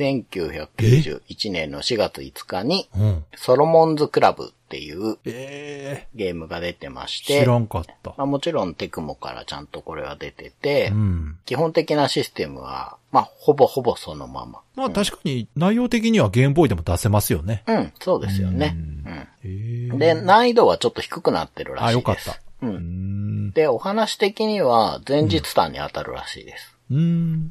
1991年の4月5日に、うん。ソロモンズクラブっていうええゲームが出てまし知て、らまんかった。あ、もちろんテクモからちゃんとこれは出てて、うん。基本的なシステムは、まあ、ほぼほぼそのまま。まあ確かに内容的にはゲームボーイでも出せますよね。うん、そうですよね。ええうん。で、難易度はちょっと低くなってるらしいです。あ、よかった。ううーん。ん。で、お話的には前日単に当たるらしいです。うーん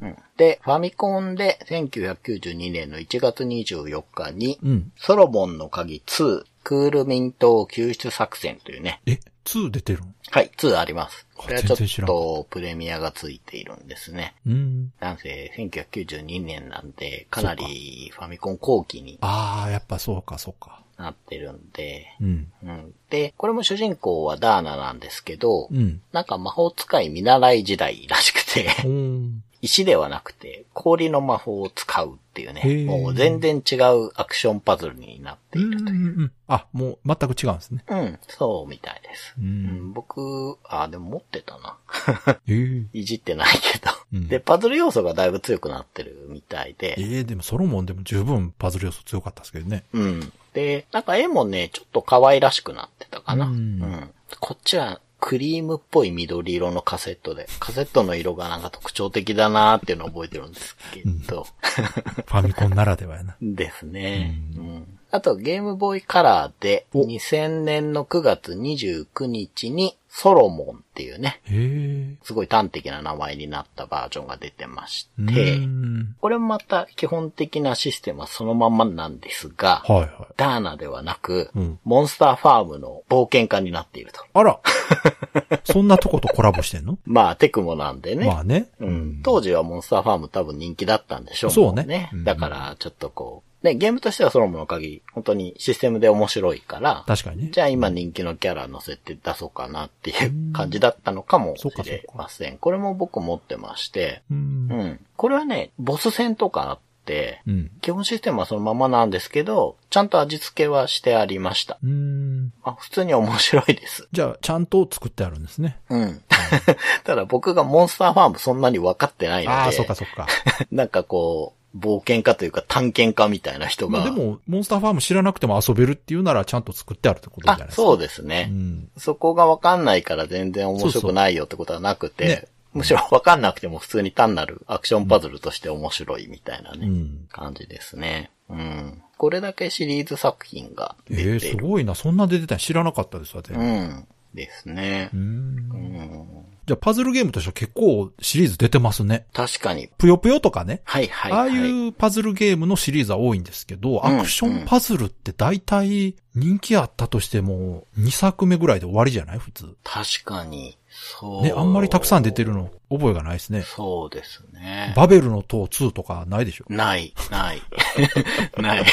う。ん。で、ファミコンで1992年の1月24日に、うん。ソロモンの鍵2、クールミント救出作戦というね。え、2出てるんはい、2あります。あこれはちょ全然知らっんとプレミアがついているんですね。うん。なんせ、1992年なんで、かなりファミコン後期にああ、やっぱそうか、そうか。なってるんで、うん。うん。で、これも主人公はダーナなんですけど、うん。なんか魔法使い見習い時代らしくて、 ほー石ではなくて氷の魔法を使うっていうへね、ーもう全然違うアクションパズルになってういんうるんとういう。ん。あ、もう全く違うんですね。うん、そうみたいです。う。うんん、僕、あ、でも持ってたな。 ええ。いじってないけど。うんで、パズル要素がだいぶ強くなってるみたいで、ええ、でもソロモンでも十分パズル要素強かったですけどね。 うん。で、なんか絵もね、ちょっと可愛らしくなってたかな。ううんん。こっちはクリームっぽい緑色のカセットで、カセットの色がなんか特徴的だなーっていうのを覚えてるんですけど。ファミコンならではやな。ですね。うん。あと、ゲームボーイカラーで、お2000年の9月29日に、ソロモンっていうね、へえ。すごい端的な名前になったバージョンが出てましうて、ーん。これもまた基本的なシステムはそのまんまなんですが、はいはダーナではなく、い。うん。モンスターファームの冒険家になっていると。あ らそんなとことコラボしてんのまあ、テクモなんでね。まあね。うん、当時はモンスターファーム多分人気だったんでしょうそうねもねうんだから、ちょっとこう、ね、ゲームとしてはソロモンの鍵、本当にシステムで面白いから、確かにね。じゃあ今人気のキャラ乗せて出そうかなっていう感じだったのかもしれません。これも僕持ってまして、う。うんん。これはね、ボス戦とかあって、うん。基本システムはそのままなんですけど、ちゃんと味付けはしてありました。うーん。あ、普通に面白いです。じゃあ、ちゃんと作ってあるんですね。うん。 ただ僕がモンスターファームそんなに分かってないので、ああ、そっかそっ か。なんかこう、冒険家というか探検家みたいな人まが。あでも、モンスターファーム知らなくても遊べるっていうなら、ちゃんと作ってあるってことじゃあない、ですか。そうですね。うん。そこが分かんないから全然面白くないよってことはなくて、そうそうねむしろ分かんなくても普通に単なるアクションパズルとして面白いみたいなね、うん。感じですね。うん。これだけシリーズ作品が出ええてすいる。ごいな。そんな出てたの知らなかったですわ、全う然。ん。ですねう。。うんん。じゃあ、パズルゲームとしては結構シリーズ出てますね。確かに。ぷよぷよとかね。はいはいあはあい。いうパズルゲームのシリーズは多いんですけど、うんアクションパズルって大体人気あったとしても2作目ぐらいで終わりじゃない普通。確かに。そう。ね、あんまりたくさん出てるの覚えがないですね。そうですね。バベルの塔2とかないで しょない、ない。ない。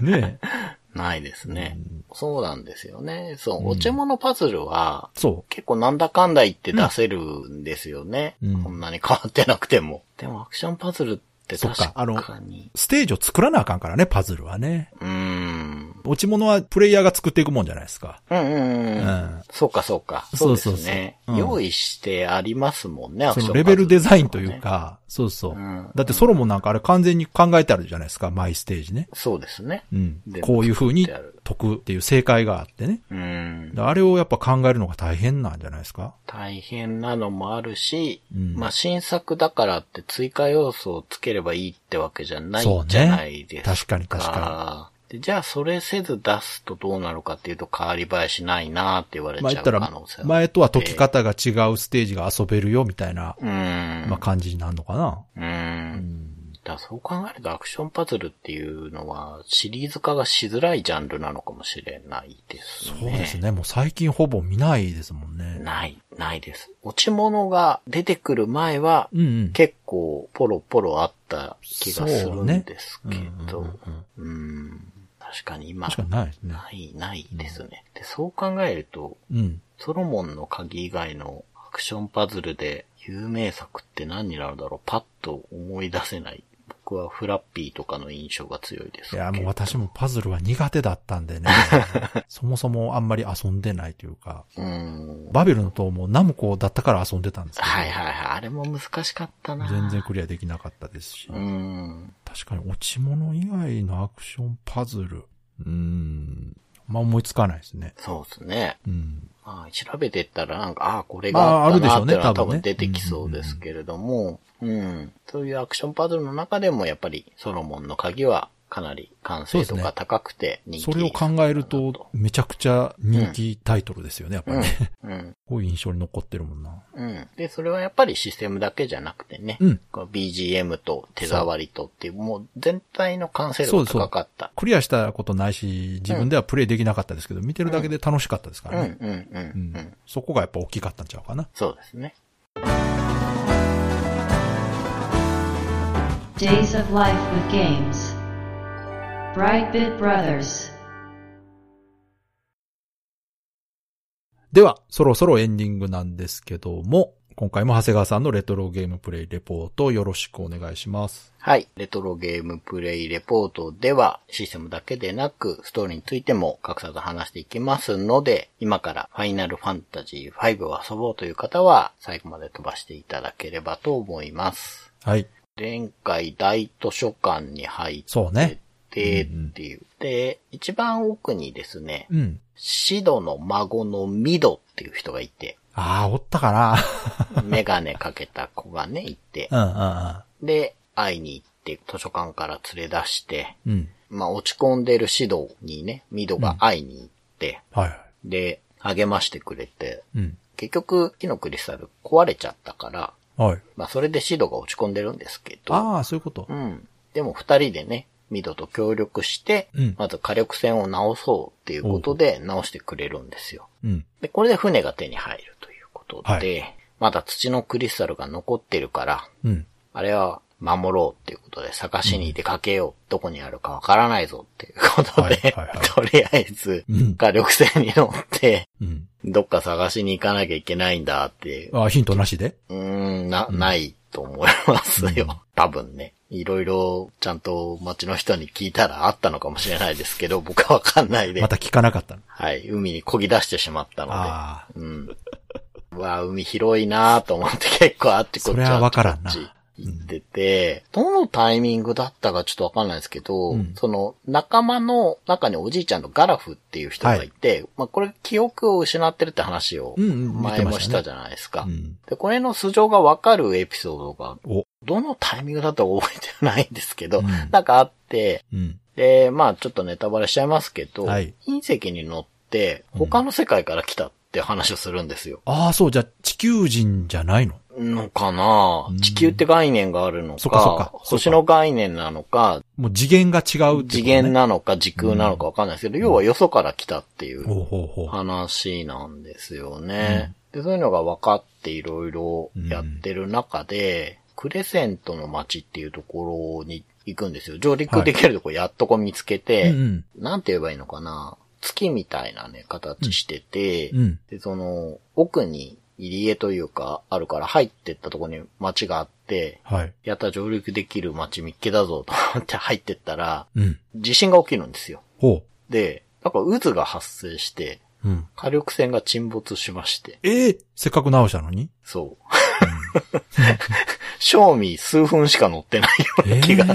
ねえないですね。そうなんですよね。そう、落ち物パズルは、そ結構なんだかんだ言って出せるんですよね。うんこんなに変わってなくても。でもアクションパズルってそっ確かあのかに。う。ステージを作らなあかんからね、パズルはね。うーん。落ち物はプレイヤーが作っていくもんじゃないですか。うんうんううん。ん。そうかそうか。そそううですそうそうね。うん用意してありますもんね、そアクショのンパズレル。ベルデザインという。か、そうそううん。だってソロモンなんかあれ完全に考えてあるじゃないですか、マイステージね。そうですね。うんで。こういう風に作ってある解くっていう正解があってね。うだん。からあれをやっぱ考えるのが大変なんじゃないですか大変なのもあるし、うんまあ新作だからって追加要素をつければいいってわけじゃないそうねじゃないです確か。かに確かでじゃあそれせず出すとどうなるかっていうと変わり映えしないなって言われちまあゃ言っうた可ら能性、は。前とは解き方が違うステージが遊べるよみたいな、うん。まあ感じになるのかな。うう。んん。だからそう考えるとアクションパズルっていうのはシリーズ化がしづらいジャンルなのかもしれないですそね。うですね。もう最近ほぼ見ないですもんね。ない、ないです。落ち物が出てくる前はうんうん。結構ポロポロあった気がするんですけそうねど、うんうんうんうん、確かに今、確かにないですね。ない、ないですね。で、そう考えると、うん。ソロモンの鍵以外のアクションパズルで有名作って何になるだろうパッと思い出せない。僕はフラッピーとかの印象が強いですいけど。や、もう私もパズルは苦手だったんで ね。そもそもあんまり遊んでないというか、うん。バベルの塔もナムコだったから遊んでたんですけど、はいはいはい。あれも難しかったな。全然クリアできなかったですし、うん。確かに落ち物以外のアクションパズル、うーん、まあ思いつかないですね。そうですね。うん。まあ、調べてったらなんか、ああ、これまがああったなあるってでしょいううねのは多多分分ね出てきそうですけれども、うん。そういうアクションパズルの中でもやっぱりソロモンの鍵はかなり完成そ度うですがね高くて人気、それを考えると、、めちゃくちゃ人気タイトルですよね、やっぱりね。うん。 こういう印象に残ってるもんな。うん。で、それはやっぱりシステムだけじゃなくてね、うん。こう BGM と手触りとっていう、もう全体の完成度が高かった。クリアしたことないし、自分ではプレイできなかったですけど、見てるだけで楽しかったですかうん、うらね。ん、う、うんうんん。。そこがやっぱ大きかったんちゃうかな。そうですね。 Days of Life with Games. Brightbit Brothers. では、そろそろエンディングなんですけども、今回も長谷川さんのレトロゲームプレイレポートよろしくお願いします。はい。レトロゲームプレイレポートでは、システムだけでなく、ストーリーについても各社と話していきますので、今からファイナルファンタジー5を遊ぼうという方は、最後まで飛ばしていただければと思います。はい。前回大図書館に入っそうね。てっていう。で、一番奥にですね、うん。シドの孫のミドっていう人がいて、ああ、おったかな。メガネかけた子がね、いてう、んうで、会いに行って図書館から連れ出して、んうん。うん。まあ、落ち込んでる指導にね、ミドが会いに行っって、はいはい。で、励ましてくれて、うん。結局、木のクリスタル壊れちゃったから、はい。まあそれでシドが落ち込んでるんですけど、ああ、そういうことう。ん。でも二人でね、ミドと協力して、うんまず火力船を直そうっていうことで直してくれるんですよ。うん。で、これで船が手に入るということで、はまだ土のクリスタルが残ってるから、うん。あれは守ろうっていうことで探しに出かけよう。どこにあるかわからないぞっていうことで、はいはいはとりあえずうん、火力船に乗って、うん。どっか探しに行かなきゃいけないんだって、ああ、ヒントなしでうーん、な、ないと思いますよ。多分ね。いろいろ、ちゃんと街の人に聞いたらあったのかもしれないですけど、僕はわかんないで。また聞かなかったの。はい、海に漕ぎ出してしまったので。ああ。うん。 うわあ、海広いなーと思って結構あっちこそっちれあはわっちかこらんっなち。行ってて、どのタイミングだったかちょっとわかんないですけど、うんその仲間の中におじいちゃんのガラフっていう人がいて、まあこれ記憶を失ってるって話をうんうん言って前まもししねたたじゃないですか。うん。で、これの素性がわかるエピソードが、お。どのタイミングだったか覚えてないんですけど、うんなんかあって、うん。で、まあちょっとネタバレしちゃいますけど、はい隕石に乗って他の世界から来たって話をするんですよ。ああ、そう、じゃあ地球人じゃないののかなうん地球って概念があるのそかっかそっかそっか星の概念なのか、もう次元が違うってことね次元。なのか時空なのかわかんないですけど、要はよそから来たっていうほうほうほう。話なんですよね。で、そういうのが分かっていろいろやってる中で、クレセントの街っていうところに行くんですよ。上陸できるとこやっとこ見つけて、うんなんて言えばいいのかな月みたいなね、形してて、うん。うん。で、その、奥に入り江というか、あるから入ってったとこに街があって、はい。やった上陸できる街見っけだぞと思って入ってったら、うん。地震が起きるんですよ。ほで、なんか渦が発生して、う。うん。火力船が沈没しまして。ええせっかく直したのにそう。賞味数分しか乗ってないよ うえなえ気が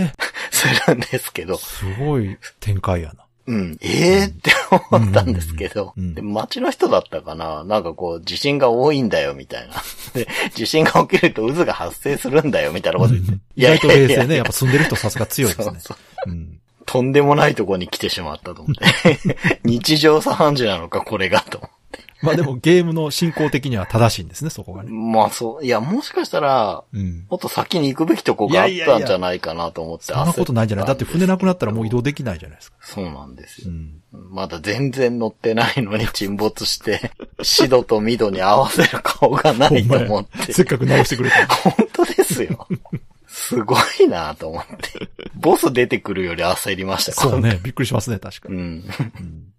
するんですけど。すごい展開やな。うん、ええって思ったんですけど、うんうんうんうんで街の人だったかななんかこう、地震が多いんだよ、みた いな。で、地震が起きると渦が発生するんだよ、みたいなこと言って。意外と冷静いやいやいね。ややっぱ住んでる人さすが強いですそうね。そう。うん。とんでもないとこに来てしまったと思って。 日常茶飯事なのか、これが、と思って。まあでもゲームの進行的には正しいんですね、そこがね。まあそう、いや、もしかしたら、うん。もっと先に行くべきとこがあったんじゃないかなと思ってそんなことないんじゃないだって船なくなったらもう移動できないじゃないですか。そうなんですうよ。ん。まだ全然乗ってないのに沈没して、 シドとミドに合わせる顔がないと思って。せっかく直してくれた のに。本当ですよ。すごいなと思って。ボス出てくるより焦りました、そう。ね。びっくりしますね、確かうに。ん。うん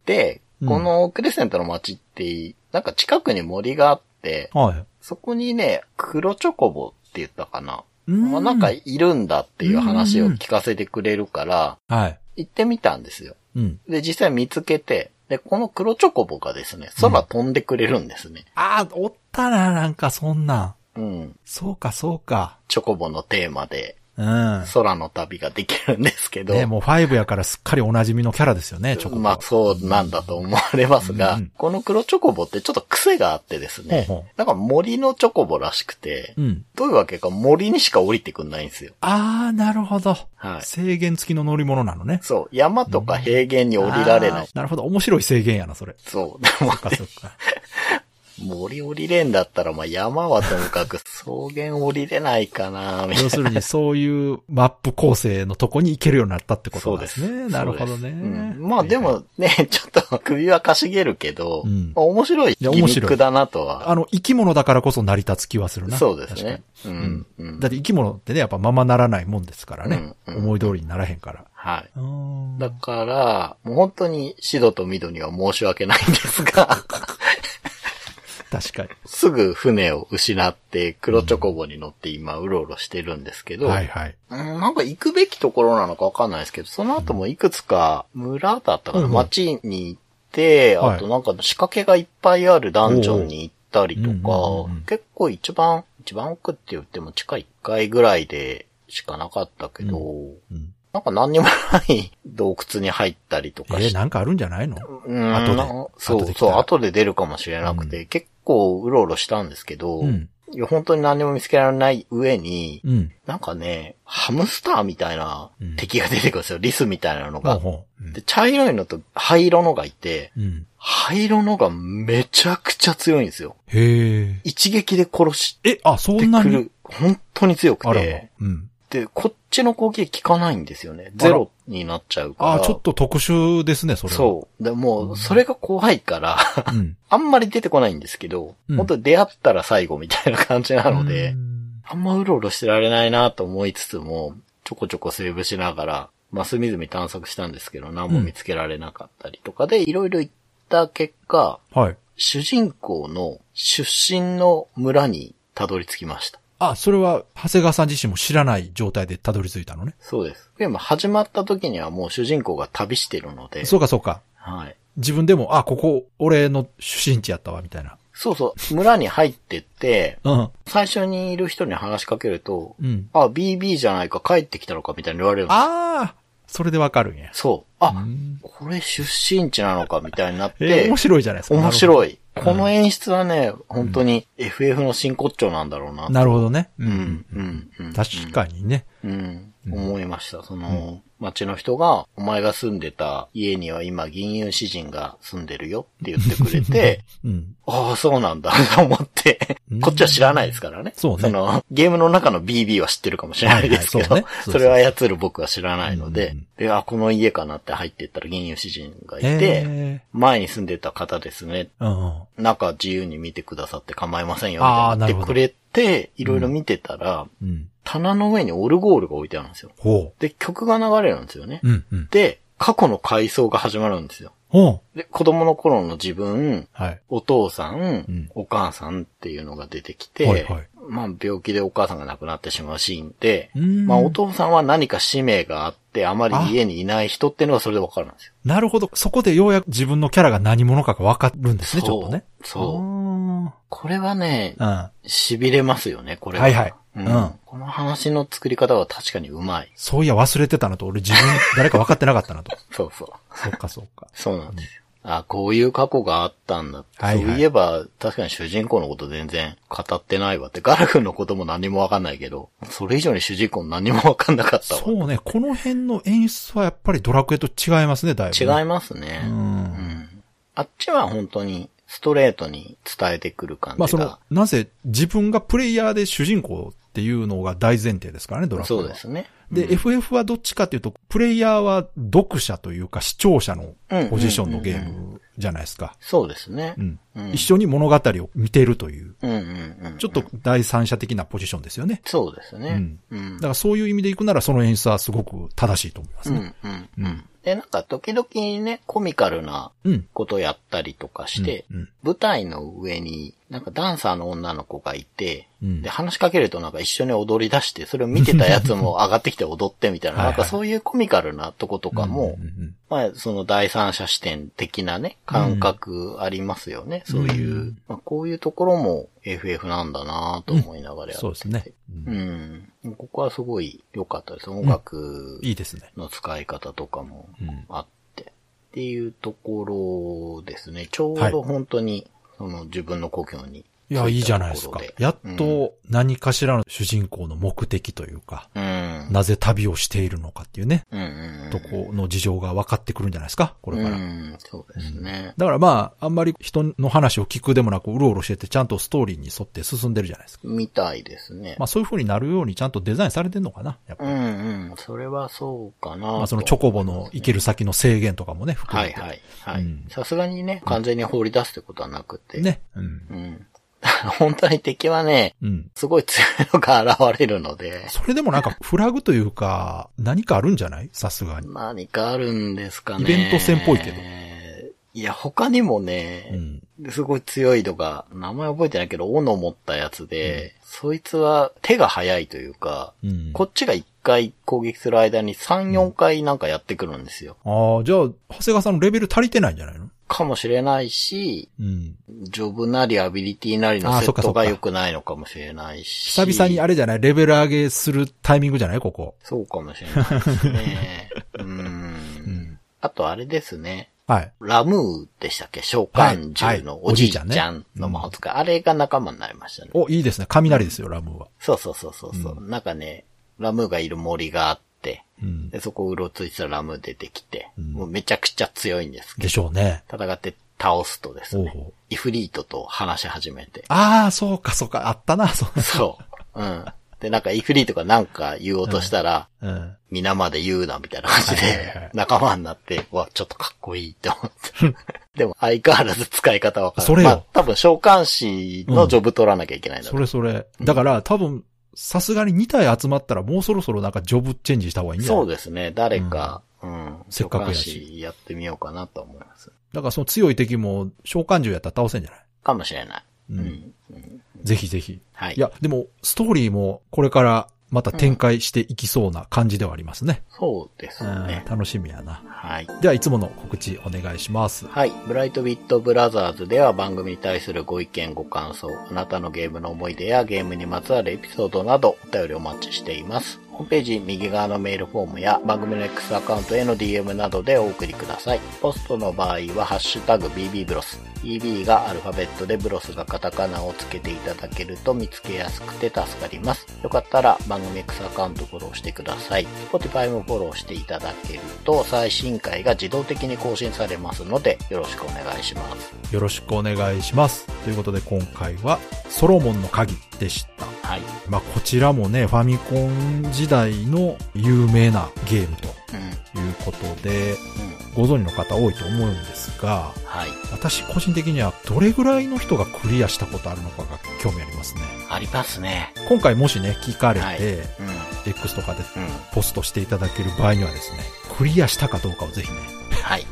で、うんこのクレセントの街って、なんか近くに森があって、はい。そこにね、黒チョコボって言ったかな。うんまあ、なんかいるんだっていう話を聞かせてくれるから、はい。行ってみたんですよ。うん。で、実際見つけて、で、この黒チョコボがですね、空飛んでくれるんですね。ああ、おったな、なんかそんなん。うん。そうか、そうか。チョコボのテーマでうん。空の旅ができるんですけど。ね、もう5やからすっかりおなじみのキャラですよね、チョコボまあそうなんだと思われますが、うんうんこの黒チョコボってちょっと癖があってですね、ほうほなんか森のチョコボらしくて、うん。どういうわけか森にしか降りてくんないんですよ。ああ、なるほど。はい制限付きの乗り物なのね。そう、山とか平原に降りられない。あーなるほど。面白い制限やな、それ。そう、 でもそっか、そっか。森降りれんだったら、まあ山はともかく草原降りれないかな、みた要いな。するに、そういうマップ構成のとこに行けるようになったってことなんですね。そうですなるほどね。うんまあではいはい、もね、ちょっと 首はかしげるけど、うんまあ面白いギやミ面白いックだなとは。あの、生き物だからこそ成り立つ気はするな。そうですね。確かうに。ん。う。うんんだって生き物ってね、やっぱままならないもんですからね。うんうん思い通りにならへんから。はい。うーんだから、もう本当に白と緑には申し訳ないんですが、 確かに。すぐ船を失って黒チョコボに乗って今うろうろしてるんですけど、はいはい。うんなんか行くべきところなのかわかんないですけど、その後もいくつか村だったかうんうな、ん町に行って、はいあとなんか仕掛けがいっぱいあるダンジョンに行ったりとおううんうんうんうんか、結構一番、一番奥って言っても地下1階ぐらいでしかなかったけど、うんなんか何にもない洞窟に入ったりとえかーして、なんかあるんじゃないのうん後でなそう後で来たそう、ら後で出るかもしれなくて、結構うろうろしたんですけど、うん。いや、本当に何にも見つけられない上に、うん。なんかね、ハムスターみたいな敵が出てくるんですよ。リスみたいなほのうが。ほう。うんで、茶色いのと灰色のがいて、うん。灰色のがめちゃくちゃ強いんですよ。へえ。一撃で殺しえ、あ、そてんなくにる。本当に強くあらて。、うん。で、こっちの攻撃効かないんですよね。ゼロになっちゃうから。あ、ちょっと特殊ですね、それは。そう。でもうんう、それが怖いから、う。うん。あんまり出てこないんですけど、うん本当に出会ったら最後みたいな感じなので、うんあんまうろうろしてられないなと思いつつも、ちょこちょこセーブしながら、まあ、隅々探索したんですけど、何も見つけられなかったりとかで、いろいろ行った結果、はい。主人公の出身の村にたどり着きました。あ、それは、長谷川さん自身も知らない状態でたどり着いたのね。そうです。ゲーム始まった時にはもう主人公が旅してるので、そうか、そうか。はい。自分でも、あ、ここ、俺の出身地やったわ、みたいな。そうそう、村に入ってって、うん。最初にいる人に話しかけると、うん。あ、BB じゃないか、帰ってきたのか、みたいに言われるんですああ、それでわかるんや。そう。あ、うんこれ出身地なのか、みたいになっえーて、面白いじゃないですか。面い。白い。この演出はね、本当に FF の真骨頂なんだろうな。なるほどね。うう。ん、うん、うん。確かにね。うん、思いました。その、町の人が、お前が住んでた家には今、銀融詩人が住んでるよって言ってく れて、うん。ああ、そうなんだ、 と思ってうん、こっちは知らないですからね。そうねの、ゲームの中の BB は知ってるかもしれないですけど、はい はいそうねそれを操る僕は知らないので、うんで、あ、この家かなって入ってったら銀融詩人がいて、え前に住んでた方ですね、え。うん。中自由に見てくださって構いませんよ、みあーたいな言ってくれて、いるほどろいろ見てたら、うん。棚の上にオルゴールが置いてあるんですよ。ほで、曲が流れるんですよね。う。うん、うん。で、過去の回想が始まるんですよ。ほう。で、子供の頃の自分、はい。お父さん、んお母さんっていうのが出てきて、はいはいまあ病気でお母さんが亡くなってしまうシーンで、うんまあお父さんは何か使命があって、あまり家にいない人っていうのがそれでわかるんですよ。なるほど。そこでようやく自分のキャラが何者かがわかるんですね、ちそょうっとね。そうう。これはね、うん。痺れますよね、これはいはいうんうんこの話の作り方は確かにうまい。そういや忘れてたなと、俺自分、 誰か分かってなかったなと。そうそう。そうかそうか。そうなんですよ。あ、こういう過去があったんだって。はいはいそういえば、確かに主人公のこと全然語ってないわって。ガラフのことも何もわかんないけど、それ以上に主人公の何もわかんなかったわ。そうね、この辺の演出はやっぱりドラクエと違いますね、だいぶ。違いますね。う。うんんあっちは本当にストレートに伝えてくる感まあじそが。の、なぜ自分がプレイヤーで主人公っていうのが大前提ですからね、ドラクエは。そうですね。で、FF はどっちかっていうと、プレイヤーは読者というか視聴者のポジションのゲームじゃないですか。そうですねう。んうん一緒に物語を見てるという、うんうんうん。ちょっと第三者的なポジションですよね。そうですね。うだんからそういう意味でいくならその演出はすごく正しいと思いますうんね。うんうん。で、なんか時々ね、コミカルなうん。ことやったりとかして、うんうん舞台の上に、なんかダンサーの女の子がいて、うんで、話しかけるとなんか一緒に踊り出して、それを見てたやつも 上がってきて踊ってみたいな、はいはないんかそういうコミカルなとことかもう、んうんまあ、その第三者視点的なね、感覚ありますよね。そういう、うんまあ、こういうところも FF なんだなと思いながらやってて、そうですね。うんうん。ここはすごい良かったです。音楽いいですね。の使い方とかもうんあって、っていうところですね。ちょうど本当に、その自分の故郷に。いや、いいじゃないですか。やっと何かしらの主人公の目的というか、うん。うん。なぜ旅をしているのかっていうね、うんうんうん。とこの事情が分かってくるんじゃないですか、これかうら。ん、そうですね。だからまあ、あんまり人の話を聞くでもなく、うろうろしてて、ちゃんとストーリーに沿って進んでるじゃないですか。みたいですね。まあそういう風になるようにちゃんとデザインされてんのかな、やっぱうり。んうん。それはそうかな。まあそのチョコボの行ける。る先の制限とかもね、含はめいて。はいはういん。さすがにね、完全に放り出すってことはなくて。。ね。うん。うん。 本当に敵はね、うん。すごい強いのが現れるので。それでもなんかフラグというか、何かあるんじゃないさすがに。何かあるんですかね。イベント戦っぽいけど。いや、他にもうね、ん。すごい強いのが、名前覚えてないけど、斧持ったやつで、そいつは手が早いというか、うん。こっちが1回攻撃する間に3、4回なんかやってくるんですよ。ああ、じゃあ、長谷川さんのレベル足りてないんじゃないのかもしれないし、うん。ジョブなりアビリティなりあのセそっッかそトっかが良くないのかもしれないし。久々にあれじゃないレベル上げするタイミングじゃないここ。 そうかもしれないですね。うーん。んあとあれですね。はい。ラムーでしたっけ召喚はいは獣いのおじいちゃおじいちゃんんねの魔法使い。あれが仲間になりましたね。お、いいですね。雷ですよ、ラムは。そうそうそうそうそう、なんかね、ラムーがいる森があって、うん。でそこをうろついてたラムー出てきて、んもうめちゃくちゃ強いんですけでしょうね。ど、戦って倒すとですねおうおう、イフリートと話し始めて、ああ、そうか、そうか、あったな、 そう。そう。うん。で、なんかイフリートがなんか言おうとしたら、うん。皆まで言うな、みたいな感じはいはいはでい、仲間になって、うわ、ちょっとかっこいいって思って。 でも、相変わらず使い方わからない。それよまあ、多分、召喚士のジョブ取らなきゃいけないんだそろうれそれ。だから、多分、さすがに2体集まったら、もうそろそろなんかジョブチェンジした方がいいんじゃなそいうですね、誰か、うん。せっかくやし召喚士やってみようかなと思います。だからその強い敵も召喚獣やったら倒せんじゃないかもしれない。ううんん。うんぜひぜひ。はい。いや、でも、ストーリーもこれからまた展開していきそうな感じではありますね。そうですうんね。楽しみやな。はい。では、いつもの告知お願いします。はい。ブライトビットブラザーズでは番組に対するご意見、ご感想、あなたのゲームの思い出やゲームにまつわるエピソードなどお便りお待ちしています。ホームページ右側のメールフォームや番組の X アカウントへの DM などでお送りください。ポストの場合はハッシュタグ BB ブロス。BB がアルファベットでブロスがカタカナをつけていただけると見つけやすくて助かります。よかったら番組 X アカウントフォローしてください。Spotify もフォローしていただけると最新回が自動的に更新されますのでよろしくお願いします。よろしくお願いします。ということで、今回は、ソロモンの鍵でした。はい。まあ、こちらもね、ファミコン時代の有名なゲームとうん。いうことで、うん。ご存知の方多いと思うんですが、はい。私個人的にはどれぐらいの人がクリアしたことあるのかが興味ありますね。ありますね。今回もしね、聞かれて、はい X とかでうん。うん。ポストしていただける場合にはですね、クリアしたかどうかをぜひね、はい。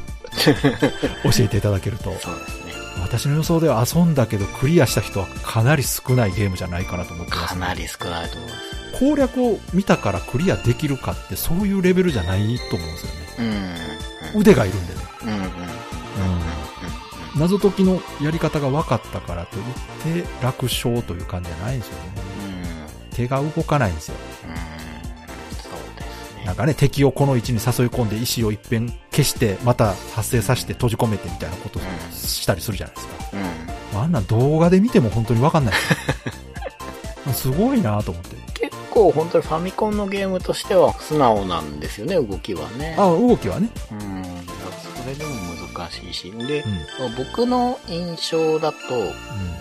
教えていただけると、そうですね。私の予想では遊んだけどクリアした人はかなり少ないゲームじゃないかなと思ってまかす、なり少ないと思います。攻略を見たからクリアできるかってそういうレベルじゃないと思うんですよね。うん。うん。腕がいるんでね。うん。うん。うん。謎解きのやり方が分かったからといって楽勝という感じじゃないんですよね。うん。手が動かないんですよ。うーんそうですね。なんかね、敵をこの位置に誘い込んで石を一遍消して、また発生させて閉じ込めてみたいなことをしたりするじゃないですか。うん。あんなん動画で見ても本当にわか んないですよすごいなと思って。結構本当にファミコンのゲームとしては素直なんですよね、動きはね。あ、動きはね。うん。それでも難しいし。でう、ん。うん。僕の印象だと、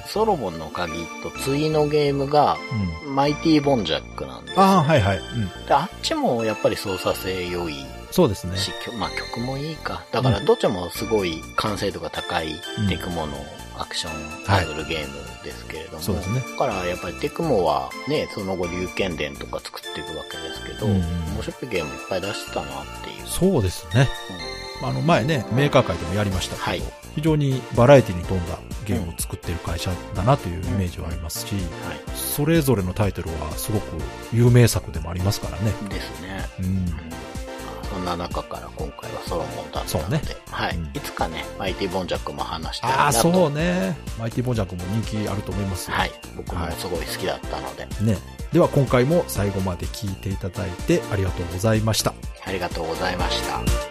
ソロモンの鍵と次のゲームが、うん。マイティボンジャックなんですよああ、はいはい。うん。であっちもやっぱり操作性良いそうですね。し、曲まあ曲もいいか。だからうんどっちもすごい完成度が高いうんテクモのアクションパズルゲームですけれども。そうですね。だからやっぱりテクモはね、その後龍剣伝とか作っていくわけですけど、うんうん面白いゲームいっぱい出してたなっていう。そうですね。うあの前ね、メーカー界でもやりましたけど、はい非常にバラエティに富んだゲームを作ってる会社だなというイメージはありますし、んはそれぞれのタイトルはすごく有名作でもありますからね。い。ですね。うんうん。まあそんな中から今回はソロモンだったので、そうねはい、うんいつかね、マイティボンジャックも話したいああ、なと。そうね。マイティボンジャックも人気あると思いますよ。はい。僕もすごい好きだったので、ね。では今回も最後まで聞いていただいてありがとうございました。ありがとうございました。